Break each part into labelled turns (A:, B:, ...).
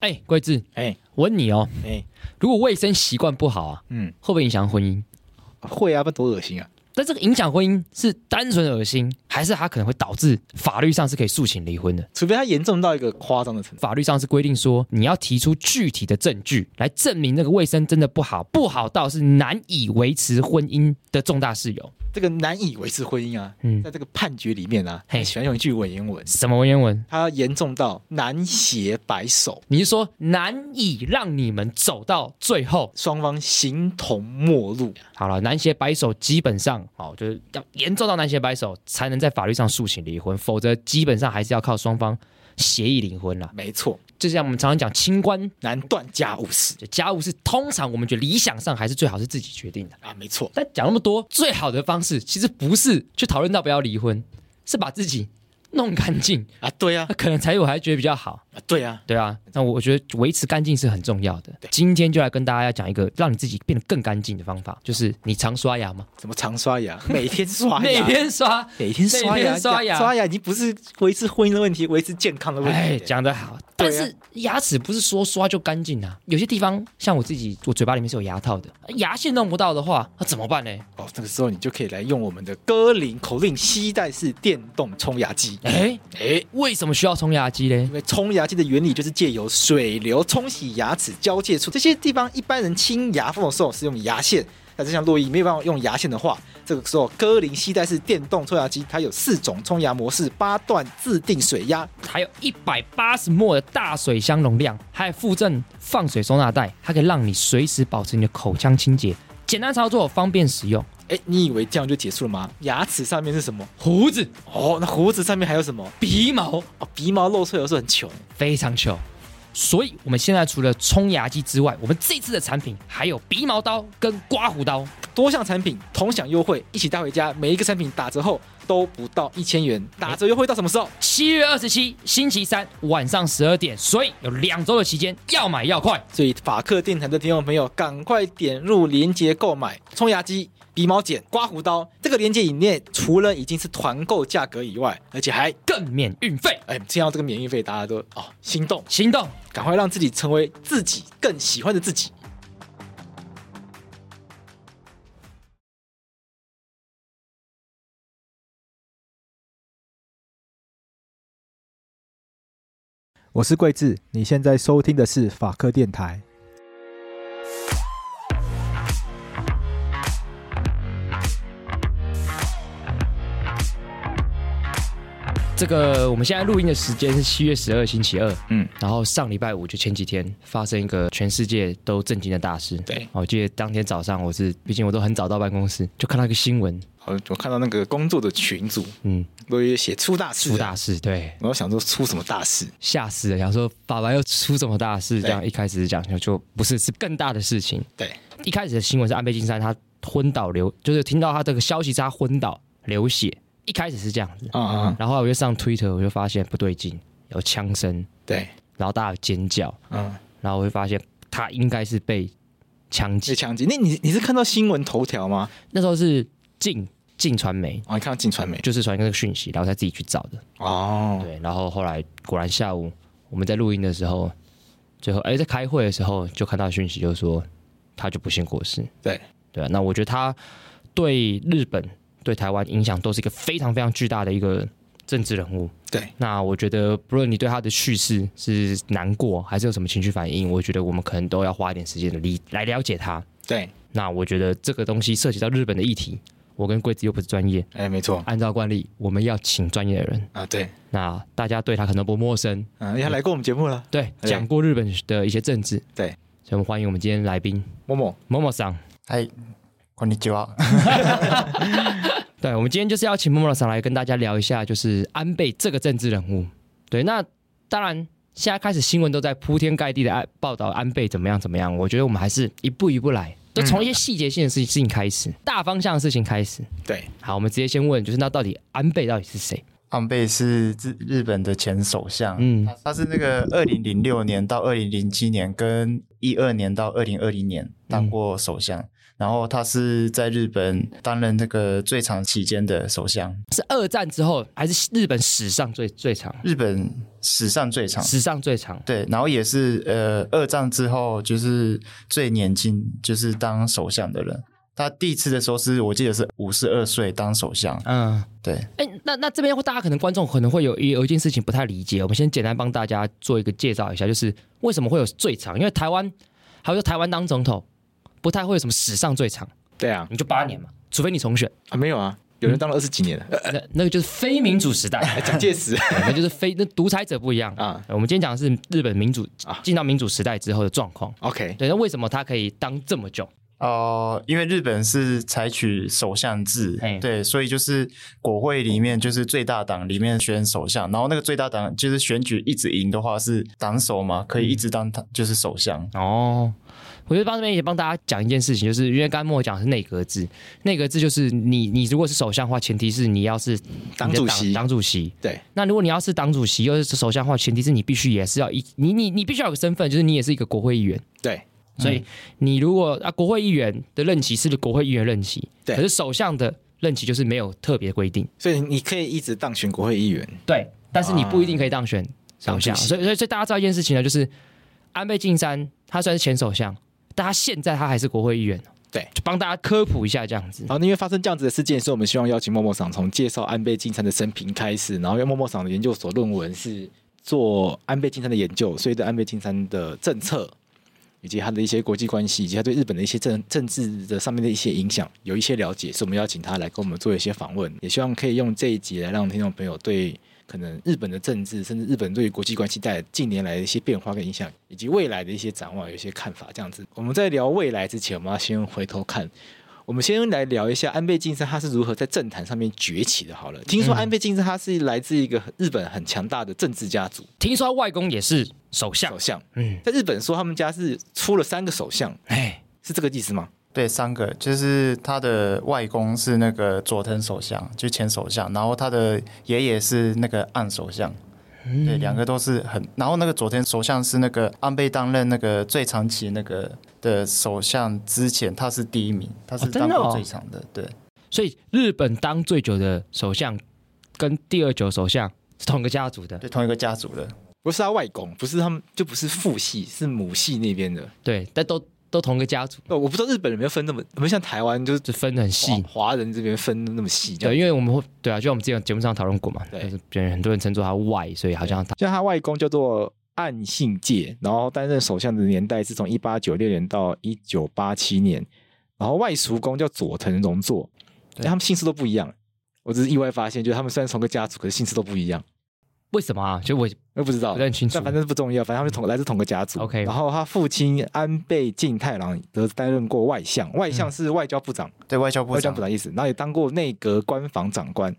A: 哎，桂智，
B: 哎
A: 我问你哦，
B: 哎，
A: 如果卫生习惯不好啊，
B: 嗯，
A: 会不会影响婚姻？
B: 会啊，不多恶心啊！
A: 但这个影响婚姻是单纯恶心，还是它可能会导致法律上是可以诉请离婚的？
B: 除非它严重到一个夸张的程度。
A: 法律上是规定说，你要提出具体的证据来证明那个卫生真的不好，不好到是难以维持婚姻的重大事由。
B: 这个难以维持婚姻啊，
A: 嗯
B: 在这个判决里面啊，
A: 嘿
B: 喜欢用一句文言文，
A: 什么文言文？
B: 它严重到难携白首，
A: 你是说难以让你们走到最后？
B: 双方形同陌路。
A: 好了，难携白首基本上哦，就是要严重到难携白首才能在法律上诉请离婚，否则基本上还是要靠双方协议离婚啦。
B: 没错，
A: 就像我们常常讲清官
B: 难断家务事
A: 就家务事，通常我们觉得理想上还是最好是自己决定的。
B: 啊，没错，
A: 但讲那么多，最好的方式其实不是去讨论到不要离婚，是把自己弄干净，
B: 啊，对啊
A: 那，可能才我还觉得比较好。
B: 啊对啊，
A: 对啊，那我觉得维持干净是很重要的
B: 对。
A: 今天就来跟大家讲一个让你自己变得更干净的方法，就是你常刷牙吗？
B: 怎么常刷 牙？每天刷
A: 每
B: 牙，
A: 天刷。
B: 每天刷
A: 每
B: 牙，
A: 天刷牙
B: 刷牙已经不是维持婚姻的问题，维持健康的问
A: 哎，
B: 题。
A: 讲得好，
B: 对
A: 但
B: 啊
A: 是牙齿不是说刷就干净啊，有些地方像我自己，我嘴巴里面是有牙套的，牙线弄不到的话，那、怎么办呢？
B: 哦，这个时候你就可以来用我们的歌林口令吸带式电动冲牙机。
A: 哎，
B: 哎，
A: 为什么需要冲牙机嘞
B: 因？为冲牙机的原理就是借由水流冲洗牙齿交界处这些地方，一般人清牙缝的时候是用牙线。但是像洛伊没有办法用牙线的话，这个时候歌林吸带式电动冲牙机，它有四种冲牙模式，八段自定水压，
A: 还有一百八十沫的大水箱容量，还有附赠放水收纳袋，它可以让你随时保持你的口腔清洁，简单操作，方便使用。
B: 哎，你以为这样就结束了吗？牙齿上面是什么？
A: 胡子、
B: 哦，那胡子上面还有什么？
A: 鼻毛
B: 哦，鼻毛露出来有时候很糗。
A: 非常球。所以，我们现在除了冲牙机之外，我们这次的产品还有鼻毛刀跟刮胡刀。
B: 多项产品同享优惠，一起带回家。每一个产品打折后都不到一千元，打折优惠到什么时候？
A: 七月二十七星期三晚上十二点，所以有两周的期间，要买要快。
B: 所以法克电台的听众朋友，赶快点入链接购买冲牙机、鼻毛剪、刮胡刀。这个链接里面除了已经是团购价格以外，而且还
A: 更免运费，
B: 哎，听到这个免运费，大家都哦心动，
A: 行动！
B: 赶快让自己成为自己更喜欢的自己。我是桂智，你现在收听的是法科电台。
A: 这个我们现在录音的时间是七月十二星期二，
B: 嗯，
A: 然后上礼拜五就前几天发生一个全世界都震惊的大事。哦
B: 对
A: 我记得当天早上我是，毕竟我都很早到办公室，就看到一个新闻，
B: 好，我看到那个工作的群组
A: 嗯，
B: 都有写出大事、
A: 出，大事，对，
B: 我想说出什么大事？
A: 吓死了，想说法白又出什么大事？这样一开始讲就就不是，是更大的事情。
B: 对，
A: 一开始的新闻是安倍晋三他昏倒流，就是听到他这个消息是他昏倒流血，一开始是这样子，
B: 啊啊，
A: 然后我就上 Twitter 我就发现不对劲，有枪声，
B: 对，
A: 然后大家有尖叫，
B: 嗯，
A: 然后我就发现他应该是被枪
B: 被
A: 击，
B: 枪击。那你你是看到新闻头条吗？
A: 那时候是进进传媒。
B: 哦，你看到进传媒
A: 就是传一个讯息，然后他自己去找的。
B: 哦，
A: 对，然后后来果然下午我们在录音的时候，最后哎在开会的时候就看到讯息，就说他就不幸过世。
B: 对
A: 对啊，那我觉得他对日本、对台湾影响都是一个非常非常巨大的一个政治人物。
B: 对，
A: 那我觉得，不论你对他的叙事是难过，还是有什么情绪反应，我觉得我们可能都要花一点时间的理来了解他。
B: 对，
A: 那我觉得这个东西涉及到日本的议题，我跟贵子又不是专业，
B: 哎，没错
A: 按照惯例，我们要请专业的人。
B: 啊，对，
A: 那大家对他可能不陌生，
B: 嗯，也来过我们节目了，
A: 对，
B: 对
A: 讲过日本的一些政治，
B: 对
A: 所以我们欢迎我们今天来宾
B: 某某，
A: 某某桑。
C: はい、こんにちは。
A: 对，我们今天就是要请莫莫桑来跟大家聊一下，就是安倍这个政治人物。对，那当然，现在开始新闻都在铺天盖地的安报道安倍怎么样怎么样。我觉得我们还是一步一步来，就从一些细节性的事情事情开始，大方向的事情开始。
B: 对，
A: 好，我们直接先问，就是那到底安倍到底是谁？
C: 安倍是日日本的前首相，
A: 嗯
C: 他是那个二零零六年到二零零七年跟一二年到二零二零年当过首相。然后他是在日本担任这个最长期间的首相，
A: 是二战之后还是日本史上最最长？
C: 日本史上最长。
A: 史上最长，
C: 对，然后也是呃，二战之后就是最年轻，就是当首相的人。他第一次的时候是我记得是五十二岁当首相，
A: 嗯。
C: 对，
A: 哎，那那这边大家可能观众可能会有有有一件事情不太理解，我们先简单帮大家做一个介绍一下，就是为什么会有最长？因为台湾，还有说台湾当总统不太会有什么史上最长，
B: 对啊，
A: 你就八年嘛，除非你重选，
B: 啊没有啊，有人当了二十几年了，呃
A: 那那个就是非民主时代，
B: 蒋 介石
A: 对那就是非那独裁者不一样啊。
B: 啊
A: 我们今天讲的是日本民主
B: 啊
A: 进到民主时代之后的状况，
B: ，OK，
A: 对，那为什么他可以当这么久？
C: 哦，因为日本是采取首相制
A: 嘿，
C: 对，所以就是国会里面就是最大党里面选首相，然后那个最大党就是选举一直赢的话是党首嘛，可以一直当他就是首相。
A: 哦，我觉得帮这边也帮大家讲一件事情，就是因为刚刚莫讲的是内阁制，内阁制就是你你如果是首相的话，前提是你要是
B: 党
A: 你的
B: 主席
A: 党主席。
B: 对，
A: 那如果你要是党主席又是首相的话，前提是你必须也是要一你你你必须要有个身份，就是你也是一个国会议员。
B: 对，
A: 所以你如果啊，国会议员的任期是国会议员任期，
B: 对
A: 可是首相的任期就是没有特别规定，
B: 所以你可以一直当选国会议员，
A: 对，但是你不一定可以当选首相。
B: 啊
A: 所以所以所以大家知道一件事情呢，就是安倍晋三他虽然是前首相，但他现在他还是国会议员。
B: 对
A: 就帮大家科普一下这样子。
B: 好，那因为发生这样子的事件，所以我们希望邀请默默赏从介绍安倍晋三的生平开始，然后因为默默赏的研究所论文是做安倍晋三的研究，所以对安倍晋三的政策。以及他的一些国际关系，以及他对日本的一些政政治的上面的一些影响，有一些了解，所以我们邀请他来跟我们做一些访问，也希望可以用这一集来让听众朋友对可能日本的政治，甚至日本对于国际关系带来近年来的一些变化跟影响，以及未来的一些展望有一些看法。这样子，我们在聊未来之前，我们要先回头看我们先来聊一下安倍晋三他是如何在政坛上面崛起的。好了，听说安倍晋三他是来自一个日本很强大的政治家族
A: 听说他外公也是首相
B: 首，相，
A: 嗯，
B: 在日本说他们家是出了三个首相，
A: 哎，
B: 是这个意思吗？
C: 对，三个就是他的外公是那个佐藤首相，就前首相，然后他的爷爷是那个岸首相，
A: 嗯
C: 对，两个都是很。然后那个佐藤首相是那个安倍担任那个最长期那个的首相之前，他是第一名，他是
A: 哦真
C: 当
A: 的
C: 过
A: 哦
C: 最长的，对，
A: 所以日本当最久的首相跟第二久首相是同一个家族的，
C: 对，同一个家族的。
B: 不是他外公，不是他们，就不是父系，是母系那边的。
A: 对，但都都同一个家族，
B: 哦，我不知道日本人有没有分那么，有没有像台湾就是
A: 就分得很
B: 华
A: 细。
B: 华人这边分那么细这
A: 对，
B: 样。
A: 因为我们会对啊，就像我们之前节目上讨论过嘛，
B: 对
A: 就是别人很多人称作他外，所以好像他
B: 像他外公叫做岸信介，然后担任首相的年代是从一八九六年到一九八七年，然后外叔公叫佐藤荣作，
C: 对
B: 哎他们姓氏都不一样。我只是意外发现，就是他们虽然同个家族，可是姓氏都不一样。
A: 为什么啊？就我
B: 我也不知道
A: 不，太清楚
B: 但。反正不重要，反正他们同来自同个家族。
A: OK
B: 然后他父亲安倍晋太郎则担任过外相，外相
A: 嗯
B: 是外交部长，
C: 对外交部
B: 外交
C: 长
B: 部，长意思，然后也当过内阁官房长官。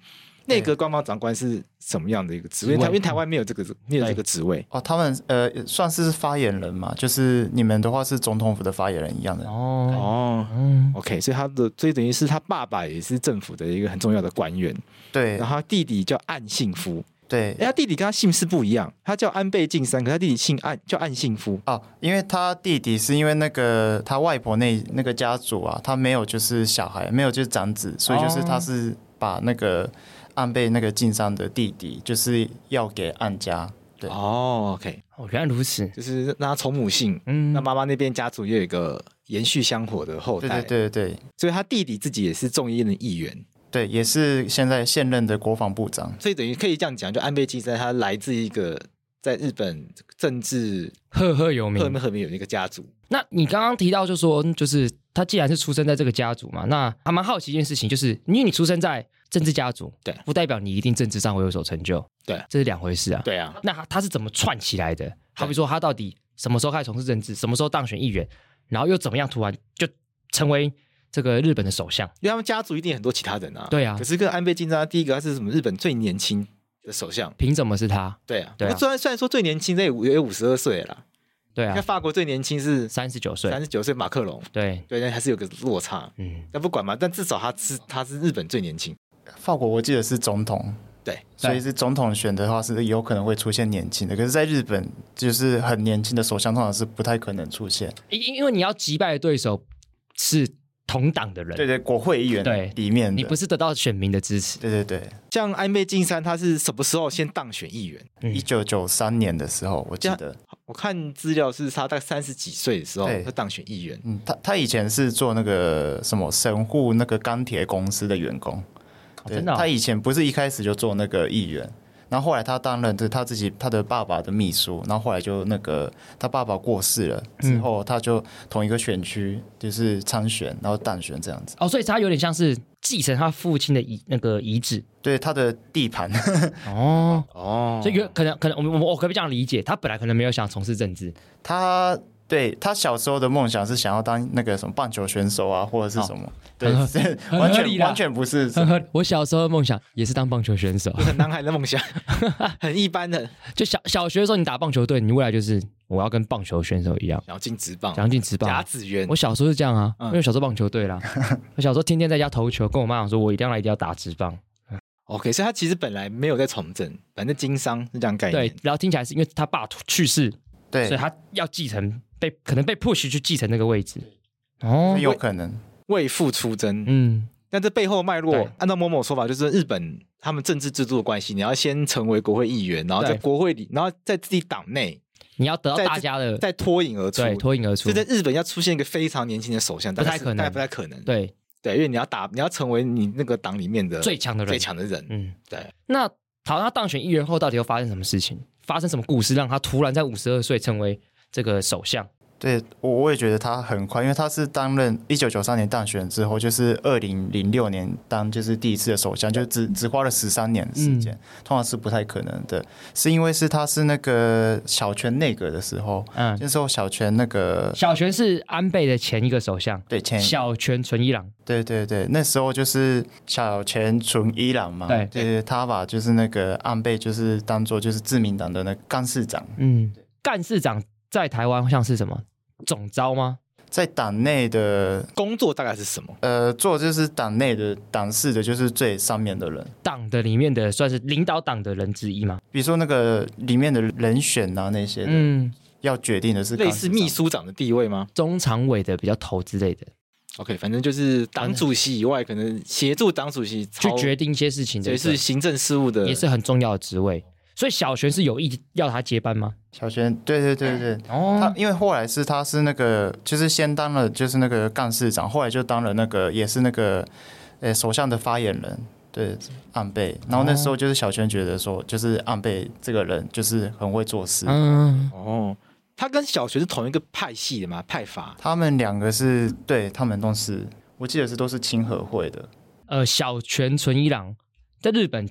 B: 内阁官房长官是什么样的一个职位？
A: 职
B: 因
A: 位
B: 为台因为台湾没有这个没有这个职位。
C: 哦，他们呃算是发言人嘛，就是你们的话是总统府的发言人一样的，
A: 哦，
B: 哦，
A: 嗯，
B: OK，所以他的所以等于是他爸爸也是政府的一个很重要的官员，
C: 对
B: 然后他弟弟叫岸信夫，
C: 对
B: 哎，他弟弟跟他姓氏不一样，他叫安倍晋三，可他弟弟姓岸，叫岸信夫。
C: 哦，因为他弟弟是因为那个他外婆那那个家族啊，他没有就是小孩，没有就是长子，所以就是
A: 哦
C: 他是把那个安倍那个晋三的弟弟，就是要给安家。对
B: 哦，OK，
A: 哦，原来如此。
B: 就是让他从母姓，
A: 嗯
B: 那，妈妈那边家族也有一个延续香火的后
C: 对
B: 代，
C: 对对对
B: 所以他弟弟自己也是众议院的议员，
C: 对，也是现在现任的国防部长。
B: 所以等于可以这样讲，就安倍晋三他来自一个在日本政治
A: 赫赫有名
B: 赫。赫赫名有一个家族，
A: 那你刚刚提到就说，就是他既然是出生在这个家族嘛，那还蛮好奇一件事情，就是因为你出生在政治家族，
B: 对
A: 不代表你一定政治上会有所成就，
B: 对
A: 这是两回事啊。，
B: 对啊，
A: 那他他是怎么串起来的？好比说，他到底什么时候开始从事政治，什么时候当选议员，然后又怎么样突然就成为这个日本的首相？
B: 因为他们家族一定很多其他人啊。
A: 对啊
B: 可是跟安倍晋三，第一个他是什么日本最年轻的首相，
A: 凭什么是他？
B: 对啊。
A: 对啊
B: 那虽然虽然说最年轻的也五也五十二岁了啦，
A: 对
B: 那、
A: 啊，
B: 法国最年轻是
A: 三十九
B: 三
A: 岁，
B: 十九岁马克龙，
A: 对，
B: 对，但还是有个落差。
A: 嗯，
B: 那不管嘛，但至少他是他是日本最年轻，
C: 法国我记得是总统，
B: 对，
C: 所以是总统选的话是有可能会出现年轻的，可是在日本就是很年轻的首相通常是不太可能出现。
A: 因因为你要击败的对手是同党的人，
C: 对对，国会议员
A: 对
C: 里面的，
A: 你不是得到选民的支持。
C: 对对对，
B: 像安倍晋三，他是什么时候先当选议员？
A: 嗯
C: 一九九三年的时候，我记
A: 啊
B: 这样
C: 得，
B: 我看资料是他大概三十几岁的时候
C: 对
B: 他当选议员，
C: 嗯，他他以前是做那个什么神户那个钢铁公司的员工，对
A: 真的哦
C: 他以前不是一开始就做那个议员，然后后来他担任这他自己他的爸爸的秘书，然后后来就那个他爸爸过世了之后，他就同一个选区就是参选，然后当选这样子，
A: 哦，所以他有点像是继承他父亲的遗那个遗志
C: 对他的地盘，
A: 哦，
B: 哦
A: 所以有可能可能我们我们我可不可以这样理解？他本来可能没有想从事政 治，
C: 他。对他小时候的梦想是想要当那个什么棒球选手啊，或者是什么，对，
A: 哦很合
C: 是
A: 很
C: 完
A: 合理
C: 全
A: 啦
C: 完全不是什
A: 呵
C: 么
A: 呵，我小时候的梦想也是当棒球选手。
B: 很男孩的梦想， 很一般的，
A: 就小小学的时候，你打棒球队，你未来就是我要跟棒球选手一样，
B: 想要进职棒，
A: 想进职
B: 甲
A: 棒。
B: 子园
A: 我，小时候是这样啊，
B: 嗯
A: 因为我小时候棒球队 啦，我小时候天天在家投球，跟我妈讲说，我一定要来，一定要打职棒。
B: OK，所以他其实本来没有在从政，反正经商是这样概念。
A: 对，然后听起来是因为他爸去世，
C: 对
A: 所以，他要继承被可能被 push 去继承那个位置。
C: 很
A: 哦，
C: 有可能。
B: 为父出征。
A: 嗯，
B: 但这背后脉
A: 对
B: 络，按照某某说法，就是日本他们政治制度的关系，你要先成为国会议员，然后在
A: 对
B: 国会里，然后在自己党内
A: 你要得到
B: 在
A: 大家的
B: 再脱颖而出。
A: 对脱颖而出
B: 所以，在日本要出现一个非常年轻的首相，大概是
A: 不太可能
B: 大概不太可能。
A: 对
B: 对，因为你要打，你要成为你那个党里面的
A: 最强的人
B: 最。强的人。
A: 嗯，
B: 对。
A: 那好，他当选议员后，到底又发生什么事情？发生什么故事让他突然在五十二岁成为这个首相？
C: 对我我也觉得他很快，因为他是担任一九九三年当选之后，就是二零零六年当就是第一次的首相，就只只花了十三年
A: 嗯
C: 时间，通常是不太可能的。是因为是他是那个小泉内阁的时候，
A: 嗯，
C: 那时候小泉那个
A: 小泉是安倍的前一个首相，
C: 对
B: 哎
C: 前
A: 小泉纯一郎。
C: 对对对，那时候就是小泉纯一郎嘛，
A: 对
C: 对，他把就是那个安倍就是当做就是自民党的那个干事长，
A: 嗯，干事长在台湾像是什么总招吗？
C: 在党内的
B: 工作大概是什么？
C: 呃做就是党内的党事的，就是最上面的人。
A: 党的里面的算是领导党的人之一吗？
C: 比如说那个里面的人选啊那些的，
A: 嗯，
C: 要决定的是
B: 类似
C: 干事长
B: 秘，书长的地位吗
A: 中常委的比较头之类的，
B: ？OK，反正就是党主席以外，可能协助党主席
A: 去
B: 去
A: 决，定一些事情的
B: 也
A: 一个，
B: 是行政事务的，
A: 也是很重要的职位。所以小泉是有意要他接班吗？
C: 小轩，对对对对。他
A: 哦，
C: 因为后来是他是那个，就是先当了就是那个干事长，后来就当了那个也是那个，呃，首相的发言人，对安倍。然后那时候就是小泉觉得说，就是安倍这个人就是很会做事，
A: 嗯，
B: 哦，他跟小学是同一个派系的嘛，派阀。
C: 他们两个是对他们都是，我记得是都是亲和会的，
A: 呃，小泉纯一郎在日本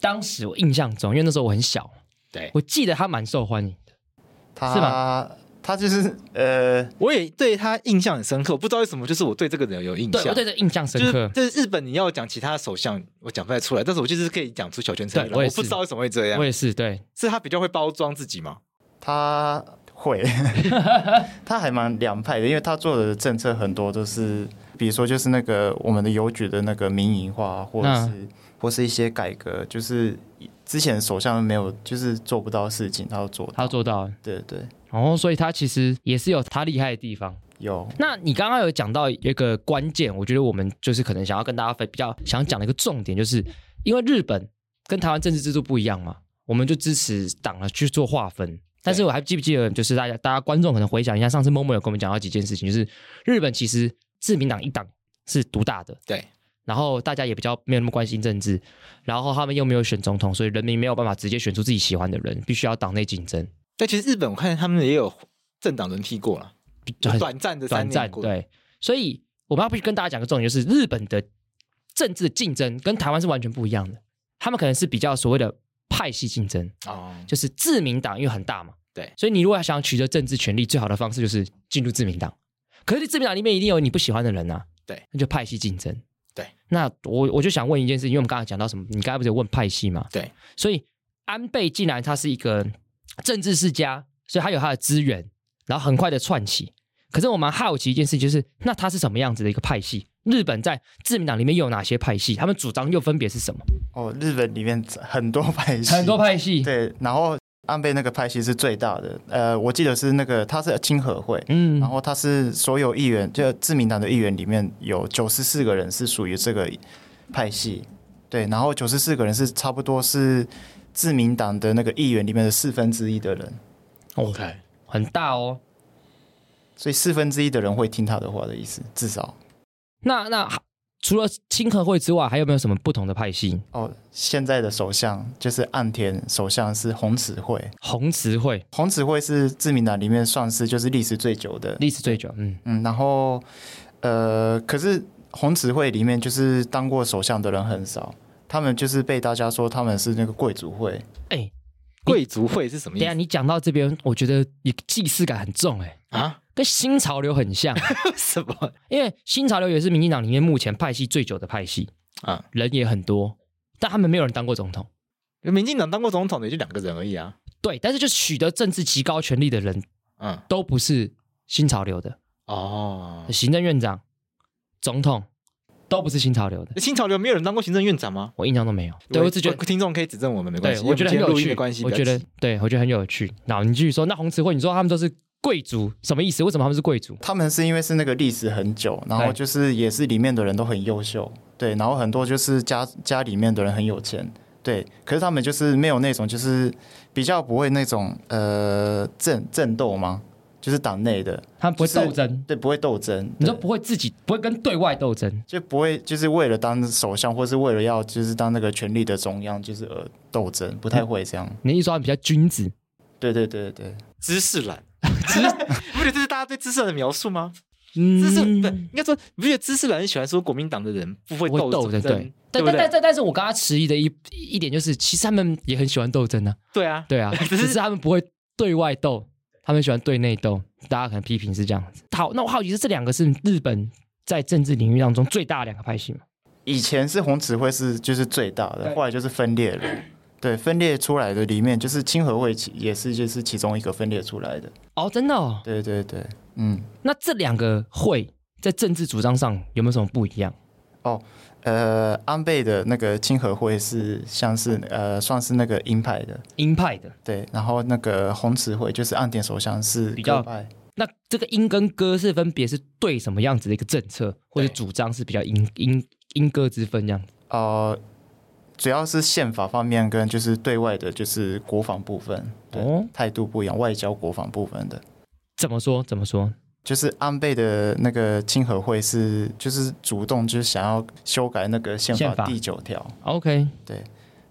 A: 当时我印象中，因为那时候我很小，
B: 对
A: 我记得他蛮受欢迎的。是
C: 他他就是呃，
B: 我也对他印象很深刻，我不知道为什么，就是我对这个人有印
A: 对，
B: 象。
A: 我对这印象
B: 就
A: 深刻
B: 是。就是日本，你要讲其他首相，我讲不太出来，但是我就是可以讲出小泉纯一
A: 对
B: 郎。
A: 我
B: 我
A: 也是
B: 不知道为什么会这样
A: 我，也是，对，
B: 是他比较会包装自己吗？
C: 他 会，他还蛮凉派的，因为他做的政策很多都是，比如说就是那个我们的邮局的那个民营化，或者是、或是一些改革，就是之前首相没有就是做不到的事情，他要做到，
A: 他有做到了。
C: 对对
A: 哦，所以他其实也是有他厉害的地方。
C: 有，
A: 那你刚刚有讲到一个关键，我觉得我们就是可能想要跟大家分比较想讲的一个重点，就是因为日本跟台湾政治制度不一样嘛，我们就支持党了去做划分。但是我还记不记得，就是大家大家观众可能回想一下，上次某某有跟我们讲到几件事情，就是日本其实自民党一党是独大的，
B: 对，
A: 然后大家也比较没有那么关心政治，然后他们又没有选总统，所以人民没有办法直接选出自己喜欢的人，必须要党内竞争。
B: 但其实日本，我看他们也有政党轮替过了，
A: 就很
B: 短暂的三
A: 短暂
B: 年过。
A: 对，所以我们要必须跟大家讲个重点，就是日本的政治竞争跟台湾是完全不一样的。他们可能是比较所谓的派系竞争，
B: 哦，
A: 就是自民党因为很大嘛，
B: 对
A: 所以你如果要想取得政治权利，最好的方式就是进入自民党。可是自民党里面一定有你不喜欢的人啊，
B: 对，
A: 那就派系竞争。
B: 对，
A: 那我我就想问一件事，因为我们刚才讲到什么？你刚才不是有问派系嘛？
B: 对，
A: 所以安倍既然他是一个政治世家，所以他有他的资源，然后很快的串起。可是我蛮好奇一件事，就是那他是什么样子的一个派系？日本在自民党里面又有哪些派系？他们主张又分别是什么？
C: 哦，日本里面很多派系，
A: 很多派系，
C: 对，然后安倍那个派系是最大的，呃，我记得是那个他是亲和会，
A: 嗯
C: 然后他是所有议员，就自民党的议员里面有九十四个人是属于这个派系，对，然后九十四个人是差不多是自民党的那个议员里面的四分之一的人，
A: ，OK，很大哦。
C: 所以四分之一的人会听他的话的意思，至少
A: 那那除了亲和会之外，还有没有什么不同的派系？
C: 哦，现在的首相就是岸田首相是红池会，
A: 红词会
C: 红池会是自民党里面算是就是历史最久的
A: 历史最久，嗯，
C: 嗯，然后呃，可是红十会里面就是当过首相的人很少，他们就是被大家说他们是那个贵族会，
A: 哎、
B: 贵族会是什么
A: 等
B: 意
A: 一下
B: 思
A: 你讲到这边，我觉得你既视感很重、哎，
B: 啊？
A: 跟新潮流很 像，
B: 什么
A: 因为新潮流也是民进党里面目前派系最久的派系，
B: 啊？
A: 人也很多，但他们没有人当过总统。
B: 民进党当过总统的也就两个人而已啊。
A: 对，但是就是取得政治极高权力的人
B: 嗯，
A: 都不是新潮流的，
B: 哦，
A: 行政院长、总统都不是新潮流的，
B: 新潮流没有人当过行政院长吗？
A: 我印象都没有。对，我只觉得，
B: 听众可以指正我们，没关
A: 对
B: 系，
A: 我觉得很
B: 因为
A: 有
B: 我们今天录音
A: 趣
B: 的关系，
A: 我
B: 比较
A: 觉得
B: 急，
A: 对我觉得很有趣。那你继续说，那红词会，你说他们都是贵族，什么意思？为什么他们是贵族？
C: 他们是因为是那个历史很久，然后
A: 对
C: 就是也是里面的人都很优秀，对，然后很多就是家家里面的人很有钱。对，可是他们就是没有那种，就是比较不会那种呃争争斗吗？就是党内的，
A: 他们不会
C: 就是
A: 斗争，
C: 对，不会斗争。
A: 你说
C: 对
A: 不会自己不会跟对外斗争，
C: 就不会就是为了当首相，或是为了要就是当那个权力的中央，就是而斗争，不太会这样。
A: 你的意思说他们比较君子？
C: 对对对对，
B: 知识懒， 知不觉得这是大家对知识懒的描述吗？
A: 嗯
B: 知识不应该说，你不觉得知识懒很喜欢说国民党的人不会
A: 不会斗
B: 争，
A: 争，对。但
B: 不
A: 但但
B: 对？
A: 但但是我刚刚迟疑的一一点就是，其实他们也很喜欢斗争啊，
B: 对啊，
A: 对啊，
B: 只
A: 只
B: 是
A: 是他们不会对外斗，他们喜欢对内斗。大家可能批评是这样子。好，那我好奇是这两个是日本在政治领域当中最大的两个派系嘛？
C: 以前是红池会是就是最大的，
A: 对
C: 后来就是分裂了。对，分裂出来的里面就是清和会其也是就是其中一个分裂出来的。
A: 哦，真的哦。
C: 对对对，嗯，
A: 那这两个会在政治主张上有没有什么不一样？
C: 哦呃，安倍的那个清和会是像是呃算是那个鹰派的，
A: 鹰派的，
C: 对，然后那个红池会就是岸田首相是
A: 比较
C: 鸽派，
A: 那这个鹰跟鸽是分别是对什么样子的一个政策或者
C: 对
A: 主张是比较鹰鹰鹰鸽之分这样子？
C: 呃，主要是宪法方面跟就是对外的，就是国防部分，对
A: 哦，
C: 态度不一样，外交国防部分的。
A: 怎么说？怎么说？
C: 就是安倍的那个亲和会是，就是主动就是想要修改那个宪
A: 宪法
C: 法第九条，
A: 哦 OK，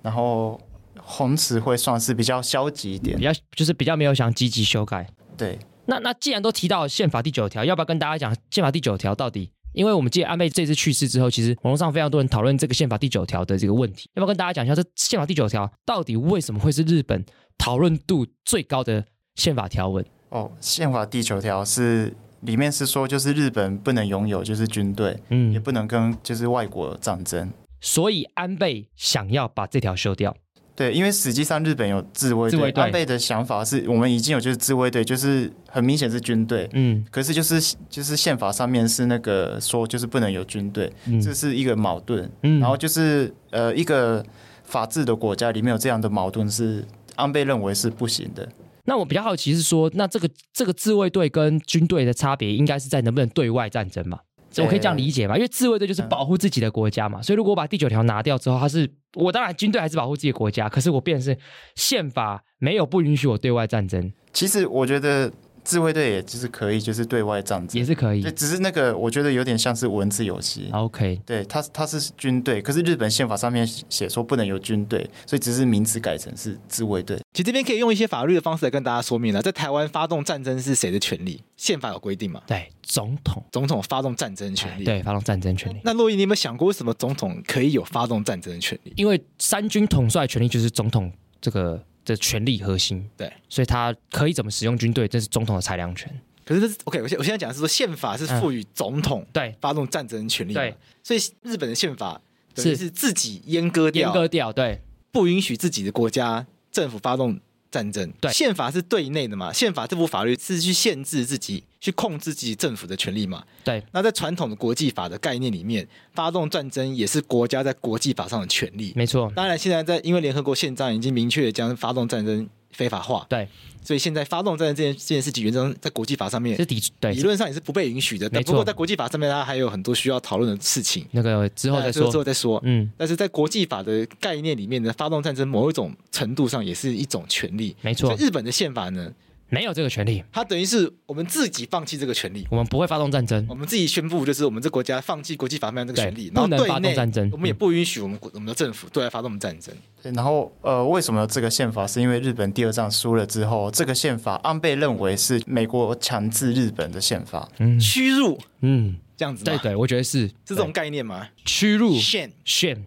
C: 然后红池会算是比较消极一点
A: 比，较就是比较没有想积极修改。
C: 对，
A: 那那既然都提到宪法第九条，要不要跟大家讲宪法第九条到底？因为我们记得安倍这次去世之后，其实网络上非常多人讨论这个宪法第九条的这个问题，要不要跟大家讲一下这宪法第九条到底为什么会是日本讨论度最高的宪法条文？
C: 哦，宪法第九条是里面是说，就是日本不能拥有就是军队，也
A: 嗯，
C: 不能跟就是外国战争。
A: 所以安倍想要把这条修掉。
C: 对，因为实际上日本有自卫
A: 自
C: 队，
A: 卫队
C: 安倍的想法是我们已经有就是自卫队，就是很明显是军队，
A: 嗯
C: 可是就是就是宪法上面是那个说就是不能有军队，
A: 嗯
C: 这是一个矛盾。
A: 嗯
C: 然后就是呃一个法治的国家里面有这样的矛盾是安倍认为是不行的。
A: 那我比较好奇是说，那这个这个自卫队跟军队的差别，应该是在能不能对外战争嘛？
C: 对嗯
A: 我可以这样理解嘛？因为自卫队就是保护自己的国家嘛，所以如果我把第九条拿掉之后，它是我当然军队还是保护自己的国家，可是我变成是宪法没有不允许我对外战争，
C: 其实我觉得自卫队也就是可以就是对外战
A: 也
C: 争，
A: 是可以哦
C: 对，。只是那个我觉得有点像是文字游戏。
A: OK，
C: 对，它它是军队，可是日本宪法上面写说不能有军队，所以只是名字改成是自卫队。
B: 其实这边可以用一些法律的方式来跟大家说明了，在台湾发动战争是谁的权利？宪法有规定嘛？
A: 对，总统
B: 总统发动战争的权利。。
A: 对发动战争权利，
B: 那洛伊，你有没有想过，为什么总统可以有发动战争的权利？
A: 因为三军统帅权力就是总统这个的权力核心，
B: 对，
A: 所以他可以怎么使用军队，这是总统的裁量权。
B: 可是这是 OK，我现我现在讲的是说，宪法是赋予总统
A: 对，
B: 发动战争的权利嘛，
A: 对
B: 所以日本的宪法等于
A: 是
B: 是自己阉割
A: 阉
B: 掉，
A: 割掉，对，
B: 不允许自己的国家政府发动战争。
A: 对
B: 宪法是对内的嘛，宪法这部法律是去限制自己、去控制自己政府的权利嘛。
A: 对，
B: 那在传统的国际法的概念里面，发动战争也是国家在国际法上的权利。
A: 没错。
B: 当然，现在在因为联合国宪章已经明确地将发动战争非法化，
A: 对，
B: 所以现在发动战争这件这件事情，原则上在国际法上面
A: 是抵对
B: 理论上也是不被允许的，
A: 没
B: 但
A: 错
B: 不过在国际法上面，它还有很多需要讨论的事情，
A: 那个之后再
B: 呃这个
A: 说
B: 之。后再说。
A: 嗯，
B: 但是在国际法的概念里面呢，发动战争某一种程度上也是一种权利。
A: 没
B: 所
A: 错
B: 以，日本的宪法呢，
A: 没有这个权利，
B: 它等于是我们自己放弃这个权利，
A: 我们不会发动战争
B: 我。们自己宣布就是我们这国家放弃国际法上面这个权利
A: 对，
B: 然后
A: 不能
B: 对
A: 发动
B: 内
A: 战争
B: 我们也不允许我们国我们的政府对外发动战争。
C: 对然后呃，为什么有这个宪法？是因为日本第二战输了之后，这个宪法安倍认为是美国强制日本的宪法。
A: 嗯
B: 屈辱
A: 嗯，
B: 这样子
A: 对
B: 吗？
A: 对，我觉得是
B: 是这种概念吗
A: 对屈辱
B: ？shame，
A: 炫，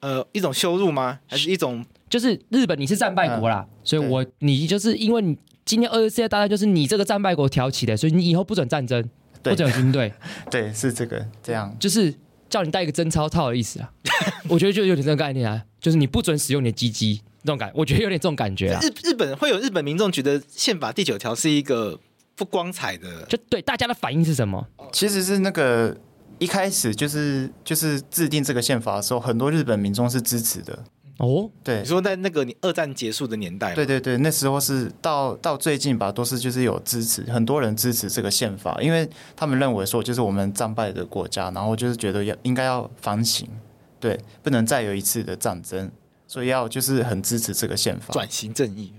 B: 呃，一种羞辱吗？还是一种
A: 就是日本你是战败国啦，
B: 嗯
A: 所以我你就是因为你今天二次世界大战就是你这个战败国挑起的，所以你以后不准战争，
C: 对
A: 不准有军队，
C: 对，是这个这样。
A: 就是叫你带一个贞操套的意思啊。 我觉得就有点这个概念啊，就是你不准使用你的鸡鸡那种感，我觉得有点这种感觉啊。
B: 日日本会有日本民众觉得宪法第九条是一个不光彩的，
A: 就对大家的反应是什么？
C: 其实是那个一开始就是就是制定这个宪法的时候，很多日本民众是支持的。
A: 哦，
C: 对
B: 你，说在那个你二战结束的年代吗，
C: 对对对，那时候是到到最近吧，都是就是有支持，很多人支持这个宪法，因为他们认为说就是我们战败的国家，然后就是觉得要应该要反省，对，不能再有一次的战争，所以要就是很支持这个宪法。
B: 转型正义